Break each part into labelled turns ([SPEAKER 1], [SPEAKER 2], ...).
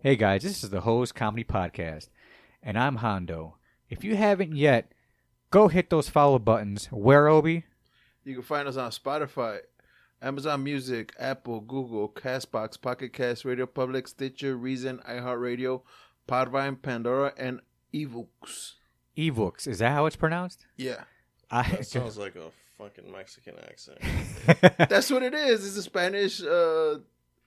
[SPEAKER 1] Hey guys, this is the Hose Comedy Podcast, and I'm Hondo. If you haven't yet, go hit those follow buttons. Where Obi?
[SPEAKER 2] You can find us on Spotify, Amazon Music, Apple, Google, Castbox, Pocket Cast, Radio Public, Stitcher, Reason, iHeartRadio, Podvine, Pandora, and Evooks.
[SPEAKER 1] Evooks. Is that how it's pronounced?
[SPEAKER 2] Yeah.
[SPEAKER 1] I
[SPEAKER 3] That sounds like a fucking Mexican accent.
[SPEAKER 2] That's what it is. It's a Spanish uh,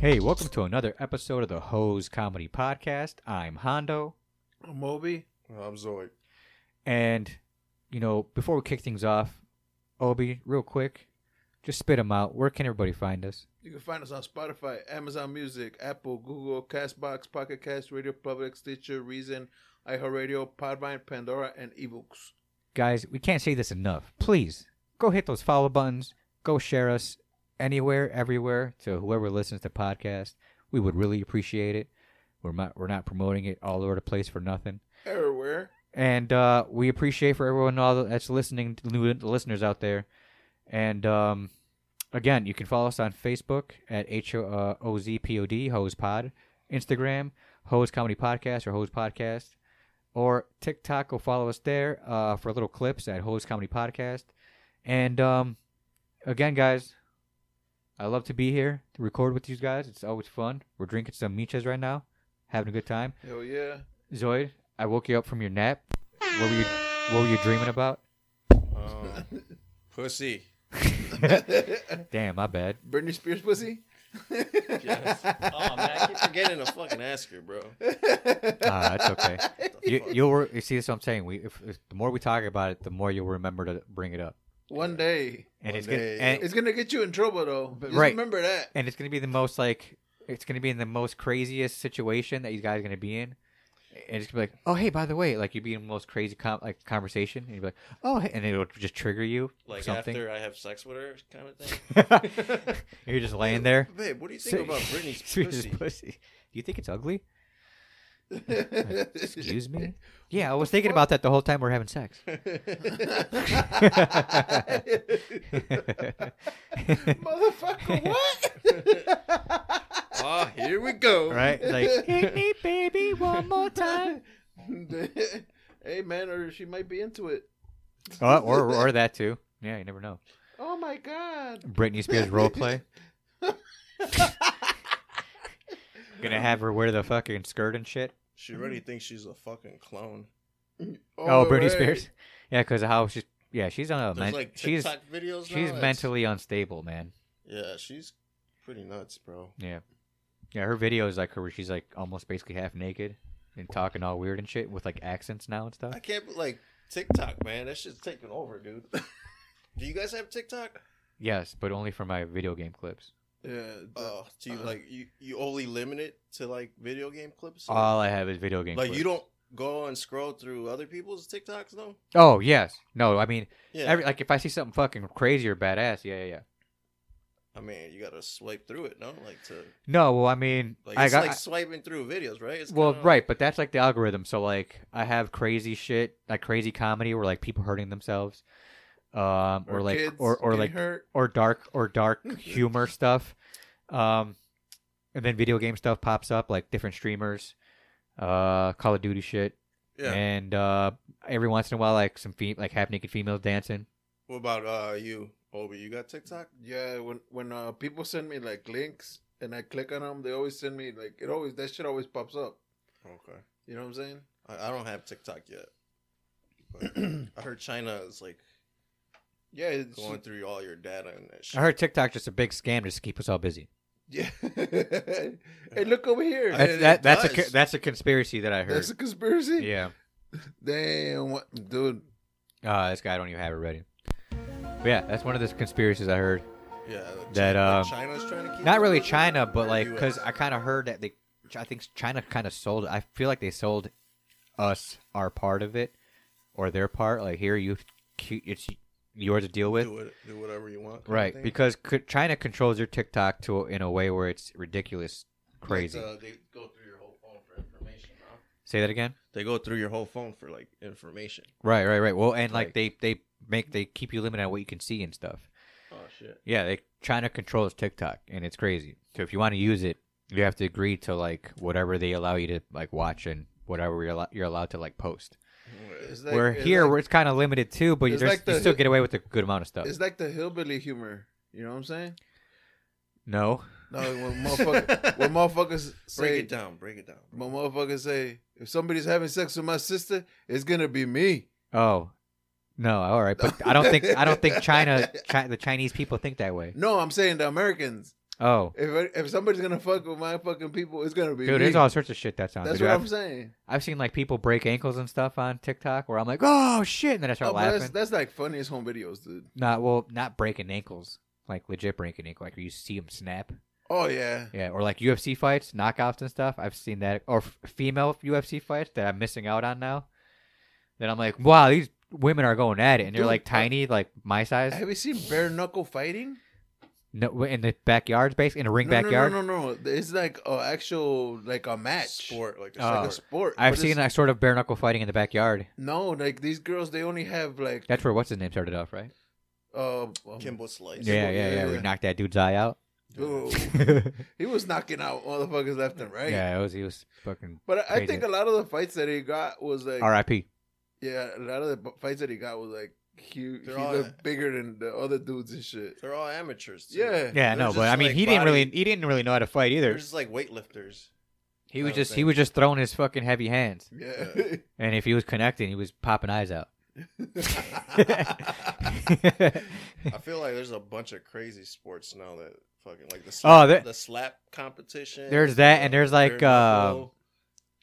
[SPEAKER 1] Hey, welcome to another episode of the Hose Comedy Podcast. I'm Hondo.
[SPEAKER 2] Moby.
[SPEAKER 3] Well, I'm Zoid.
[SPEAKER 1] And, you know, before we kick things off, Obi, real quick, just spit them out. Where can everybody find us?
[SPEAKER 2] You can find us on Spotify, Amazon Music, Apple, Google, Castbox, Pocket Cast, Radio Public, Stitcher, Reason, iHeartRadio, Podvine, Pandora, and Evooks.
[SPEAKER 1] Guys, we can't say this enough. Please go hit those follow buttons. Go share us anywhere, everywhere to whoever listens to podcast. We would really appreciate it. We're not, we're not promoting it all over the place for nothing.
[SPEAKER 2] Everywhere.
[SPEAKER 1] and uh, we appreciate for everyone all that's listening, new listeners out there. And um, again, you can follow us on Facebook at H O uh, O Z P O D Hose Pod, Instagram Hose Comedy Podcast or Hose Podcast, or TikTok. Go follow us there uh, for little clips at Hose Comedy Podcast. And um, again, guys, I love to be here to record with you guys. It's always fun. We're drinking some michas right now, having a good time.
[SPEAKER 2] Hell yeah.
[SPEAKER 1] Zoid, I woke you up from your nap. What were you What were you dreaming about?
[SPEAKER 3] Um, pussy.
[SPEAKER 1] Damn, my bad.
[SPEAKER 2] Britney Spears pussy?
[SPEAKER 3] Yes. Oh man, I keep forgetting to fucking ask her, bro.
[SPEAKER 1] Ah, that's okay. You, you'll re- you see that's what I'm saying. We if, if- the more we talk about it, the more you'll remember to bring it up.
[SPEAKER 2] One day.
[SPEAKER 1] And
[SPEAKER 3] One
[SPEAKER 1] it's gonna
[SPEAKER 3] day,
[SPEAKER 1] and,
[SPEAKER 2] It's gonna get you in trouble though. Just
[SPEAKER 1] right.
[SPEAKER 2] remember that.
[SPEAKER 1] and it's gonna be the most like it's gonna be in the most craziest situation that you guys are gonna be in. And it's gonna be like, oh hey, by the way, like you'd be in the most crazy com- like conversation, and you'd be like, oh, hey, and it'll just trigger you
[SPEAKER 3] Like
[SPEAKER 1] something.
[SPEAKER 3] after I have sex with her, kind of thing.
[SPEAKER 1] You're just laying there.
[SPEAKER 3] Babe, what do you think about Britney's
[SPEAKER 1] Britney's
[SPEAKER 3] pussy?
[SPEAKER 1] Do you think it's ugly? Excuse me? Yeah, I was thinking about that the whole time we are having sex.
[SPEAKER 2] Motherfucker, what?
[SPEAKER 3] Ah, here we go.
[SPEAKER 1] right? Like, hit me, baby, one more time.
[SPEAKER 2] hey man, or she might be into it.
[SPEAKER 1] Or, or, or that too. Yeah, you never know.
[SPEAKER 2] Oh my god.
[SPEAKER 1] Britney Spears role play. Gonna have her wear the fucking skirt and shit.
[SPEAKER 3] She already thinks she's a fucking clone.
[SPEAKER 1] Oh, Britney
[SPEAKER 2] right.
[SPEAKER 1] Spears. Yeah, because of how she's. Yeah, she's on a.
[SPEAKER 3] There's
[SPEAKER 1] Men-
[SPEAKER 3] like
[SPEAKER 1] she's
[SPEAKER 3] TikTok videos. now
[SPEAKER 1] she's
[SPEAKER 3] that's-
[SPEAKER 1] mentally unstable, man.
[SPEAKER 3] Yeah, she's pretty nuts, bro.
[SPEAKER 1] Yeah. Yeah, her videos like her where she's like almost basically half naked and talking all weird and shit with like accents now and stuff.
[SPEAKER 3] I can't be- like TikTok, man. That shit's taking over, dude. do you guys have TikTok?
[SPEAKER 1] Yes, but only for my video game clips.
[SPEAKER 2] Yeah.
[SPEAKER 3] Oh, do you
[SPEAKER 2] Uh,
[SPEAKER 3] like you, you only limit it to like video game clips?
[SPEAKER 1] All I have is video game
[SPEAKER 3] like
[SPEAKER 1] clips.
[SPEAKER 3] you don't go and scroll through other people's TikToks though?
[SPEAKER 1] Oh, yes. No, I mean
[SPEAKER 3] Yeah.
[SPEAKER 1] every like if I see something fucking crazy or badass, yeah, yeah, yeah.
[SPEAKER 3] I mean, you gotta swipe through it, no? Like to
[SPEAKER 1] No, well, I mean
[SPEAKER 3] like
[SPEAKER 1] I
[SPEAKER 3] it's
[SPEAKER 1] got
[SPEAKER 3] like swiping through videos, right? It's
[SPEAKER 1] well,
[SPEAKER 3] kinda
[SPEAKER 1] right, but that's like the algorithm. So like I have crazy shit, like crazy comedy where like people hurting themselves. Um or, like
[SPEAKER 2] kids
[SPEAKER 1] or or
[SPEAKER 2] getting
[SPEAKER 1] like
[SPEAKER 2] hurt.
[SPEAKER 1] or dark or dark humor stuff. Um, and then video game stuff pops up like different streamers, uh, Call of Duty shit,
[SPEAKER 3] Yeah.
[SPEAKER 1] and uh, every once in a while like some fe- like half naked females dancing.
[SPEAKER 3] What about uh you, Obi? You got TikTok?
[SPEAKER 2] Yeah, when when uh, people send me like links and I click on them, they always send me like it always that shit always pops up.
[SPEAKER 3] Okay.
[SPEAKER 2] You know what I'm saying?
[SPEAKER 3] I, I don't have TikTok yet. But I heard China is like
[SPEAKER 2] Yeah, it's
[SPEAKER 3] going through all your data and that shit.
[SPEAKER 1] I heard TikTok just a big scam just to keep us all busy.
[SPEAKER 2] yeah. hey, Hey, look over here.
[SPEAKER 3] I-
[SPEAKER 1] That's,
[SPEAKER 3] it
[SPEAKER 1] that, that's a
[SPEAKER 3] does.
[SPEAKER 1] co- that's a conspiracy that I heard.
[SPEAKER 2] That's a conspiracy.
[SPEAKER 1] yeah,
[SPEAKER 2] Damn, what, dude.
[SPEAKER 1] uh, this guy I don't even have it ready. But yeah, that's one of the conspiracies I heard.
[SPEAKER 3] Yeah, like
[SPEAKER 1] That,
[SPEAKER 3] China,
[SPEAKER 1] uh,
[SPEAKER 3] like China's trying to keep
[SPEAKER 1] Not
[SPEAKER 3] it
[SPEAKER 1] really
[SPEAKER 3] together,
[SPEAKER 1] China, but
[SPEAKER 3] or
[SPEAKER 1] like
[SPEAKER 3] US?
[SPEAKER 1] because I kind of heard that they, I think China kind of sold. I feel like they sold us our part of it or their part. Like here, you, it's yours to deal with.
[SPEAKER 3] do, it, do whatever you want, kind of
[SPEAKER 1] Right,
[SPEAKER 3] thing.
[SPEAKER 1] because c- China controls your TikTok to in a way where it's ridiculous, crazy.
[SPEAKER 3] Like, uh, they go through your whole phone for information. Bro.
[SPEAKER 1] Say that again.
[SPEAKER 3] They go through your whole phone for like information.
[SPEAKER 1] Right, right, right. Well, and
[SPEAKER 3] Like-
[SPEAKER 1] like they they make they keep you limited on what you can see and stuff.
[SPEAKER 3] Oh shit.
[SPEAKER 1] Yeah, they China controls TikTok and it's crazy. So if you want to use it, you have to agree to like whatever they allow you to like watch and whatever you're, allo- you're allowed to like post.
[SPEAKER 2] It's like,
[SPEAKER 1] We're
[SPEAKER 2] it's
[SPEAKER 1] here,
[SPEAKER 2] like-
[SPEAKER 1] where it's kind of limited too, but
[SPEAKER 2] it's
[SPEAKER 1] there's-
[SPEAKER 2] like the-
[SPEAKER 1] you still get away with a good amount of stuff.
[SPEAKER 2] it's like the hillbilly humor. You know what I'm saying?
[SPEAKER 1] No,
[SPEAKER 2] No, when motherfuckers, when motherfuckers say,
[SPEAKER 3] Break it down. Break it down.
[SPEAKER 2] My motherfuckers say, if somebody's having sex with my sister, it's gonna be me.
[SPEAKER 1] oh, no. All right, but I don't think I don't think China, Chi the Chinese people think that way.
[SPEAKER 2] No, I'm saying the Americans.
[SPEAKER 1] Oh,
[SPEAKER 2] If if somebody's gonna fuck with my fucking people, it's gonna be
[SPEAKER 1] Dude,
[SPEAKER 2] me.
[SPEAKER 1] there's all sorts of shit that's on. there,
[SPEAKER 2] That's
[SPEAKER 1] dude.
[SPEAKER 2] what I'm
[SPEAKER 1] I've,
[SPEAKER 2] saying.
[SPEAKER 1] I've seen like people break ankles and stuff on TikTok where I'm like, oh shit, and then I start
[SPEAKER 2] Oh, but
[SPEAKER 1] laughing.
[SPEAKER 2] that's, that's like funniest home videos, dude.
[SPEAKER 1] Not well, not breaking ankles, like legit breaking ankle, like you see them snap.
[SPEAKER 2] Oh yeah.
[SPEAKER 1] Yeah, or like UFC fights, knockouts and stuff. I've seen that, or f- female UFC fights that I'm missing out on now. Then I'm like, wow, these women are going at it, and they're
[SPEAKER 2] Dude,
[SPEAKER 1] like
[SPEAKER 2] uh,
[SPEAKER 1] tiny, like my size,
[SPEAKER 2] Have you seen bare knuckle fighting?
[SPEAKER 1] no, in the backyards, basically in a ring
[SPEAKER 2] no,
[SPEAKER 1] backyard.
[SPEAKER 2] No, no, no, no. It's like a actual like a match.
[SPEAKER 3] Sport like the
[SPEAKER 2] It's like
[SPEAKER 1] Oh.
[SPEAKER 2] a sport.
[SPEAKER 1] I've
[SPEAKER 2] but
[SPEAKER 1] seen
[SPEAKER 2] it's-
[SPEAKER 1] that sort of bare knuckle fighting in the backyard.
[SPEAKER 2] No, like these girls, they only have like
[SPEAKER 1] That's where what's his name started off, right?
[SPEAKER 2] uh. um,
[SPEAKER 3] Kimbo Slice.
[SPEAKER 1] Yeah, yeah, yeah.
[SPEAKER 2] yeah,
[SPEAKER 1] We
[SPEAKER 2] yeah.
[SPEAKER 1] knocked that dude's eye out.
[SPEAKER 2] dude, he was knocking out motherfuckers left and right.
[SPEAKER 1] Yeah, it was he was fucking
[SPEAKER 2] But I, I think
[SPEAKER 1] Crazy.
[SPEAKER 2] a lot of the fights that he got was like
[SPEAKER 1] R.I.P.
[SPEAKER 2] Yeah, a lot of the bu- fights that he got was like huge.
[SPEAKER 3] They're
[SPEAKER 2] he
[SPEAKER 3] all-
[SPEAKER 2] looked bigger than the other dudes and shit.
[SPEAKER 3] They're all amateurs. Too.
[SPEAKER 2] Yeah.
[SPEAKER 1] Yeah,
[SPEAKER 3] They're
[SPEAKER 1] no, but
[SPEAKER 3] just,
[SPEAKER 1] I mean,
[SPEAKER 3] like,
[SPEAKER 1] he didn't really
[SPEAKER 3] body-
[SPEAKER 1] he didn't really know how to fight
[SPEAKER 3] They're
[SPEAKER 1] either.
[SPEAKER 3] just like weightlifters.
[SPEAKER 1] He was
[SPEAKER 3] I don't
[SPEAKER 1] just he
[SPEAKER 3] think-
[SPEAKER 1] was just throwing his fucking heavy hands,
[SPEAKER 2] Yeah.
[SPEAKER 1] and if he was connecting, he was popping eyes out.
[SPEAKER 3] I feel like there's a bunch of crazy sports now that fucking like the
[SPEAKER 1] Oh,
[SPEAKER 3] slap,
[SPEAKER 1] there-
[SPEAKER 3] the slap competition.
[SPEAKER 1] There's that, and
[SPEAKER 3] the
[SPEAKER 1] there's, like,
[SPEAKER 3] bare knuckle.
[SPEAKER 1] um,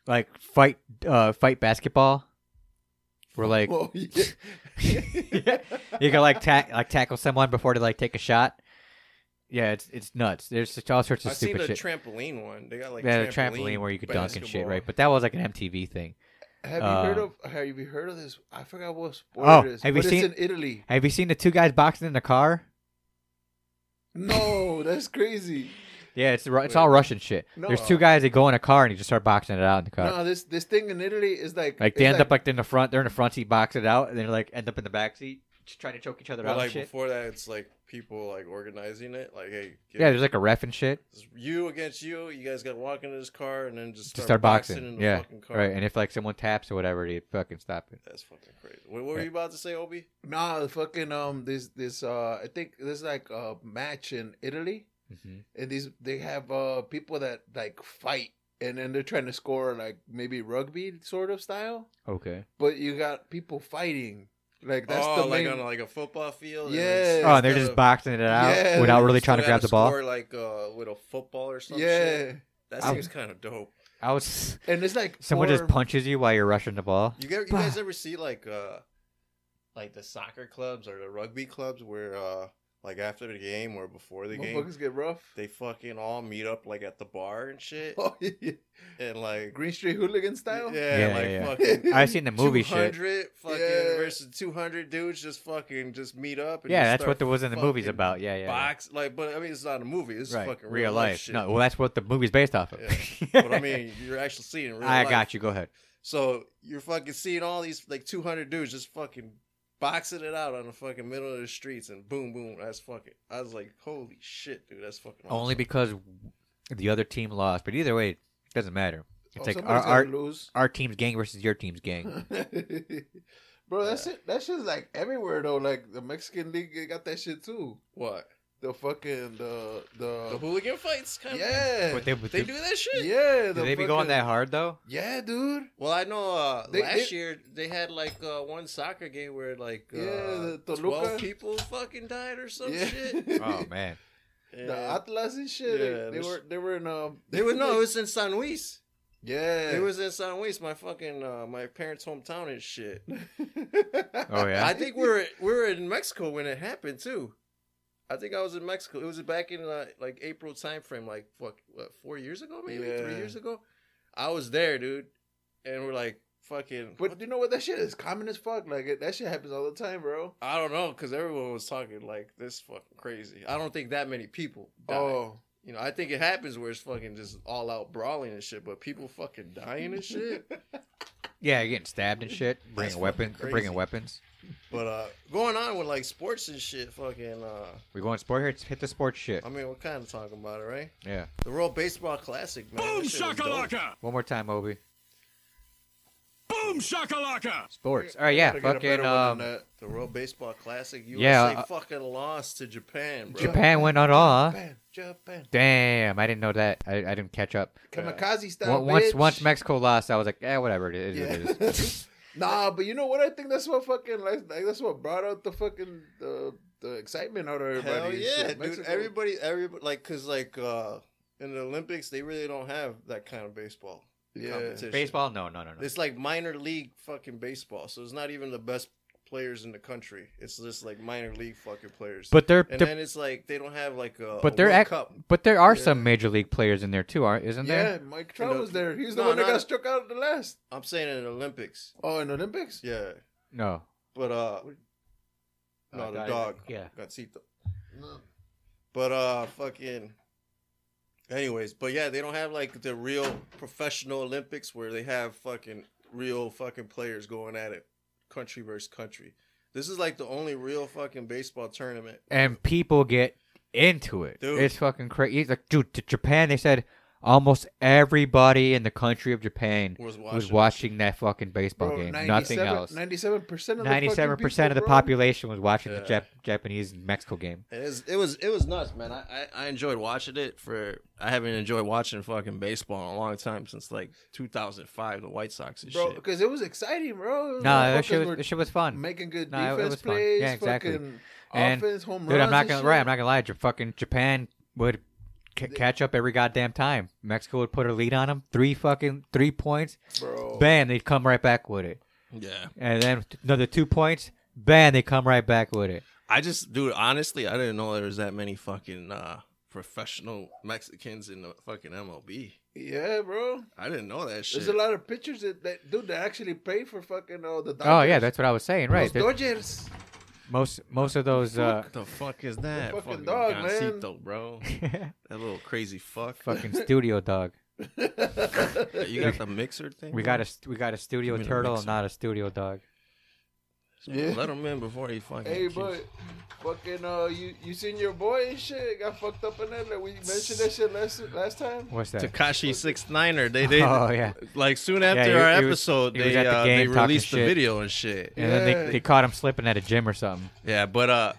[SPEAKER 1] like fight uh fight basketball, where like
[SPEAKER 2] Well, yeah.
[SPEAKER 1] you can like tack like tackle someone before they like take a shot. Yeah, it's it's nuts. There's just all sorts of
[SPEAKER 3] I've seen
[SPEAKER 1] stupid
[SPEAKER 3] the
[SPEAKER 1] shit.
[SPEAKER 3] trampoline one. They got like
[SPEAKER 1] they had a trampoline where you could dunk and shit,
[SPEAKER 3] basketball.
[SPEAKER 1] right? But that was like an MTV thing.
[SPEAKER 2] Have
[SPEAKER 1] Uh,
[SPEAKER 2] you heard of? Have you heard of this? I forgot what sport
[SPEAKER 1] Oh,
[SPEAKER 2] it is.
[SPEAKER 1] have you
[SPEAKER 2] but
[SPEAKER 1] seen-
[SPEAKER 2] it's in Italy.
[SPEAKER 1] Have you seen the two guys boxing in the car?
[SPEAKER 2] No, that's crazy.
[SPEAKER 1] Yeah, it's Ru- it's all Russian shit.
[SPEAKER 2] No.
[SPEAKER 1] There's two guys that go in a car and you just start boxing it out in the car.
[SPEAKER 2] No, this this thing in Italy is like
[SPEAKER 1] Like
[SPEAKER 2] it's
[SPEAKER 1] they end up like in the front, they're in the front seat, box it out, and they're like end up in the back seat, just trying to choke each other
[SPEAKER 3] But
[SPEAKER 1] out.
[SPEAKER 3] like
[SPEAKER 1] and shit.
[SPEAKER 3] before that, it's like people like organizing it. Like, hey, get
[SPEAKER 1] yeah, there's like a ref and shit.
[SPEAKER 3] it's you against you. You guys got to walk into this car and then just
[SPEAKER 1] Just
[SPEAKER 3] start,
[SPEAKER 1] start
[SPEAKER 3] boxing.
[SPEAKER 1] boxing.
[SPEAKER 3] in the
[SPEAKER 1] yeah,
[SPEAKER 3] fucking car.
[SPEAKER 1] right. And if like someone taps or whatever, they fucking stop it.
[SPEAKER 3] That's fucking crazy. What, what were you about to say, Obi?
[SPEAKER 2] No, the fucking um this this uh I think this is like a match in Italy. and these they have uh people that like fight and then they're trying to score like maybe rugby sort of style
[SPEAKER 1] Okay.
[SPEAKER 2] but you got people fighting like that's
[SPEAKER 3] oh,
[SPEAKER 2] the
[SPEAKER 3] like
[SPEAKER 2] main
[SPEAKER 3] on like a football field.
[SPEAKER 2] Yeah.
[SPEAKER 3] it's-
[SPEAKER 1] Oh, and they're
[SPEAKER 3] instead
[SPEAKER 1] just
[SPEAKER 3] of-
[SPEAKER 1] boxing it out
[SPEAKER 2] Yeah,
[SPEAKER 1] without
[SPEAKER 2] they
[SPEAKER 1] really
[SPEAKER 3] instead
[SPEAKER 1] trying to
[SPEAKER 3] of
[SPEAKER 1] grab the ball.
[SPEAKER 3] Score like uh, with a football or something.
[SPEAKER 2] yeah
[SPEAKER 3] that
[SPEAKER 1] I-
[SPEAKER 3] seems kind of dope.
[SPEAKER 1] I was
[SPEAKER 2] and it's like
[SPEAKER 1] someone
[SPEAKER 2] four-
[SPEAKER 1] just punches you while you're rushing the ball.
[SPEAKER 3] You, get, you guys ever see like uh, like the soccer clubs or the rugby clubs where uh, like after the game or before the game,
[SPEAKER 2] motherfuckers get rough
[SPEAKER 3] they fucking all meet up like at the bar and shit,
[SPEAKER 2] oh, yeah.
[SPEAKER 3] and like
[SPEAKER 2] green street hooligan
[SPEAKER 3] yeah,
[SPEAKER 2] style
[SPEAKER 1] Yeah,
[SPEAKER 3] like
[SPEAKER 1] yeah.
[SPEAKER 3] fucking.
[SPEAKER 1] I've seen the movie shit.
[SPEAKER 3] 200 fucking
[SPEAKER 2] Yeah.
[SPEAKER 3] versus 200 dudes just fucking just meet up and
[SPEAKER 1] Yeah,
[SPEAKER 3] just
[SPEAKER 1] that's
[SPEAKER 3] start
[SPEAKER 1] what there was in the movies
[SPEAKER 3] fucking
[SPEAKER 1] about. Yeah, yeah. yeah.
[SPEAKER 3] box like but i mean it's not a movie it's
[SPEAKER 1] right.
[SPEAKER 3] fucking
[SPEAKER 1] real life.
[SPEAKER 3] shit.
[SPEAKER 1] No, well, that's what the movie's based off of.
[SPEAKER 3] but i mean you're actually seeing it in real
[SPEAKER 1] I
[SPEAKER 3] life.
[SPEAKER 1] got you. Go ahead.
[SPEAKER 3] so you're fucking seeing all these like 200 dudes just fucking boxing it out on the fucking middle of the streets and boom boom that's fucking i was like holy shit dude that's fucking
[SPEAKER 1] Only
[SPEAKER 3] awesome.
[SPEAKER 1] because the other team lost, but either way, it doesn't matter. It's
[SPEAKER 2] oh,
[SPEAKER 1] like our,
[SPEAKER 2] somebody's
[SPEAKER 1] our
[SPEAKER 2] gonna lose
[SPEAKER 1] our team's gang versus your team's gang.
[SPEAKER 2] bro that's it that shit's like everywhere though like the mexican league they got that shit too
[SPEAKER 3] what
[SPEAKER 2] the fucking the
[SPEAKER 3] the
[SPEAKER 2] the,
[SPEAKER 3] hooligan fights kind of
[SPEAKER 2] yeah
[SPEAKER 1] But they, but
[SPEAKER 3] they
[SPEAKER 1] do,
[SPEAKER 3] do that shit
[SPEAKER 2] yeah the
[SPEAKER 1] do they be going
[SPEAKER 2] fucking-
[SPEAKER 1] that hard though?
[SPEAKER 2] yeah dude
[SPEAKER 3] Well, I know uh,
[SPEAKER 2] They-
[SPEAKER 3] last
[SPEAKER 2] they-
[SPEAKER 3] year they had like uh, one soccer game where like uh,
[SPEAKER 2] Yeah, the Toluca.
[SPEAKER 3] twelve people fucking died or some shit.
[SPEAKER 1] Oh man,
[SPEAKER 2] The Atlas and shit. they-
[SPEAKER 3] Yeah,
[SPEAKER 2] they,
[SPEAKER 3] this-
[SPEAKER 2] were they were in um
[SPEAKER 3] They were no, it was in San Luis.
[SPEAKER 2] yeah.
[SPEAKER 3] It was in San Luis, my fucking uh, my parents' hometown and shit.
[SPEAKER 1] Oh yeah.
[SPEAKER 3] I think we were we were in Mexico when it happened too. I think I was in Mexico. It was back in uh, like April time frame, like fuck, what, four years ago, maybe three
[SPEAKER 2] Yeah.
[SPEAKER 3] years ago. I was there, dude, and we're like fucking.
[SPEAKER 2] But you know what? That shit is common as fuck. Like it, that shit happens all the time, bro.
[SPEAKER 3] I don't know because everyone was talking like this fucking crazy. I don't think that many people. Died.
[SPEAKER 2] Oh,
[SPEAKER 3] You know, I think it happens where it's fucking just all out brawling and shit, but people fucking dying and shit.
[SPEAKER 1] Yeah, you're getting stabbed and shit.
[SPEAKER 3] That's
[SPEAKER 1] Bringing
[SPEAKER 3] fucking
[SPEAKER 1] weapons.
[SPEAKER 3] crazy.
[SPEAKER 1] Bringing weapons.
[SPEAKER 3] but uh going on with like sports and shit, fucking uh
[SPEAKER 1] We going sport here. Hit the sports shit.
[SPEAKER 3] I mean we're kinda talking about it, right?
[SPEAKER 1] Yeah.
[SPEAKER 3] The World Baseball Classic, man.
[SPEAKER 4] Boom
[SPEAKER 3] That shit was dope.
[SPEAKER 4] shakalaka!
[SPEAKER 1] One more time, Obi.
[SPEAKER 4] Boom shakalaka!
[SPEAKER 1] Sports. All right. Yeah.
[SPEAKER 2] gotta get
[SPEAKER 1] Fucking.
[SPEAKER 2] a better one
[SPEAKER 1] Um,
[SPEAKER 2] than that.
[SPEAKER 3] The World Baseball Classic, USA
[SPEAKER 1] Yeah, uh,
[SPEAKER 3] fucking lost to Japan, bro.
[SPEAKER 1] Japan went on all. huh?
[SPEAKER 2] Japan, Japan,
[SPEAKER 1] Damn, I didn't know that. I, I didn't catch up.
[SPEAKER 2] kamikaze
[SPEAKER 1] Wa-
[SPEAKER 2] style.
[SPEAKER 1] once
[SPEAKER 2] bitch.
[SPEAKER 1] once Mexico lost, I was like, eh, whatever. It is what it
[SPEAKER 2] Yeah.
[SPEAKER 1] is.
[SPEAKER 2] nah, but you know what? I think that's what fucking like, like that's what brought out the fucking the the excitement out of everybody.
[SPEAKER 3] Hell
[SPEAKER 2] and
[SPEAKER 3] yeah,
[SPEAKER 2] shit.
[SPEAKER 3] dude.
[SPEAKER 2] Mexico-
[SPEAKER 3] Everybody everybody like cause like uh in the Olympics they really don't have that kind of baseball
[SPEAKER 2] Yeah,
[SPEAKER 3] competition.
[SPEAKER 1] Baseball? No, no, no, no.
[SPEAKER 3] It's like minor league fucking baseball. So it's not even the best players in the country. It's just like minor league fucking players.
[SPEAKER 1] But there,
[SPEAKER 3] and
[SPEAKER 1] there-
[SPEAKER 3] then it's like they don't have like a
[SPEAKER 1] but
[SPEAKER 3] a
[SPEAKER 1] there,
[SPEAKER 3] World
[SPEAKER 1] ac-
[SPEAKER 3] cup.
[SPEAKER 1] but there are
[SPEAKER 2] Yeah.
[SPEAKER 1] some major league players in there too, aren't? Isn't
[SPEAKER 2] yeah.
[SPEAKER 1] there?
[SPEAKER 2] Mike Trout
[SPEAKER 3] the-
[SPEAKER 2] was there. He was the
[SPEAKER 3] No,
[SPEAKER 2] one that
[SPEAKER 3] not-
[SPEAKER 2] got struck out at the last.
[SPEAKER 3] I'm saying in the Olympics.
[SPEAKER 2] Oh, in Olympics.
[SPEAKER 3] Yeah.
[SPEAKER 1] No.
[SPEAKER 3] But uh
[SPEAKER 2] What-
[SPEAKER 3] no,
[SPEAKER 1] Uh,
[SPEAKER 3] the
[SPEAKER 1] I-
[SPEAKER 3] dog.
[SPEAKER 1] yeah.
[SPEAKER 3] Gansito. But uh fucking anyways, but yeah, they don't have like the real professional Olympics where they have fucking real fucking players going at it country versus country. This is like the only real fucking baseball tournament.
[SPEAKER 1] And people get into it.
[SPEAKER 3] Dude.
[SPEAKER 1] It's fucking crazy. Like, dude, to Japan, they said almost everybody in the country of Japan
[SPEAKER 3] Was
[SPEAKER 1] was
[SPEAKER 3] watching.
[SPEAKER 1] watching that fucking baseball game. Nothing else.
[SPEAKER 2] Ninety-seven percent of the
[SPEAKER 1] Ninety-seven percent of the
[SPEAKER 2] population.
[SPEAKER 1] population was watching the
[SPEAKER 3] Yeah.
[SPEAKER 1] Jap- Japanese and Mexico game.
[SPEAKER 3] It was it was it was nuts, man. I, I, I enjoyed watching it for I haven't enjoyed watching fucking baseball in a long time since like 2005, the White Sox and
[SPEAKER 2] bro,
[SPEAKER 3] shit.
[SPEAKER 2] because it was exciting, bro. It was
[SPEAKER 1] No,
[SPEAKER 2] like
[SPEAKER 1] that shit
[SPEAKER 2] fuckers
[SPEAKER 1] was,
[SPEAKER 2] were
[SPEAKER 1] that shit was fun.
[SPEAKER 2] making good
[SPEAKER 1] No, it- it
[SPEAKER 2] defense
[SPEAKER 1] was fun.
[SPEAKER 2] plays.
[SPEAKER 1] Yeah, exactly.
[SPEAKER 2] Fucking
[SPEAKER 1] And,
[SPEAKER 2] offense, home runs.
[SPEAKER 1] Dude, I'm not
[SPEAKER 2] and
[SPEAKER 1] gonna
[SPEAKER 2] shit.
[SPEAKER 1] right. I'm not gonna lie. Ja- Fucking Japan would c- catch up every goddamn time. Mexico would put a lead on them, three fucking three points.
[SPEAKER 2] bro.
[SPEAKER 1] Bam, they'd come right back with it,
[SPEAKER 3] Yeah,
[SPEAKER 1] and then another two points. Bam, they come right back with it.
[SPEAKER 3] I just dude, honestly, I didn't know there was that many fucking uh, professional Mexicans in the fucking MLB.
[SPEAKER 2] Yeah, bro.
[SPEAKER 3] I didn't know that shit.
[SPEAKER 2] There's a lot of pitchers that, that dude that actually pay for fucking all the. Dodgers.
[SPEAKER 1] Oh yeah, that's what I was saying. Right,
[SPEAKER 2] Those
[SPEAKER 1] There-
[SPEAKER 2] Dodgers.
[SPEAKER 1] most most of those. Uh,
[SPEAKER 3] what the fuck is that?
[SPEAKER 2] fucking dog, man.
[SPEAKER 3] Gansito, bro. That little crazy fuck.
[SPEAKER 1] fucking studio dog.
[SPEAKER 3] Yeah, you got the mixer thing.
[SPEAKER 1] We got a st- we got a studio
[SPEAKER 3] Give me the
[SPEAKER 1] turtle and
[SPEAKER 3] mixer.
[SPEAKER 1] not a studio dog.
[SPEAKER 3] yeah. Let him in before he fucking.
[SPEAKER 2] Hey,
[SPEAKER 3] keeps-
[SPEAKER 2] but fucking uh, you you seen your boy and shit got fucked up in that. Like we mentioned that shit last last time.
[SPEAKER 1] What's that?
[SPEAKER 3] Takashi Six Niner. They they
[SPEAKER 1] Oh, yeah.
[SPEAKER 3] like soon after
[SPEAKER 1] he-
[SPEAKER 3] our
[SPEAKER 1] he was-
[SPEAKER 3] episode
[SPEAKER 1] he was
[SPEAKER 3] they
[SPEAKER 1] at the
[SPEAKER 3] uh,
[SPEAKER 1] game
[SPEAKER 3] they
[SPEAKER 1] talking
[SPEAKER 3] released the
[SPEAKER 1] shit.
[SPEAKER 3] video and shit. Yeah.
[SPEAKER 1] And then
[SPEAKER 2] Yeah.
[SPEAKER 1] they, they caught him slipping at a gym or something.
[SPEAKER 3] but uh,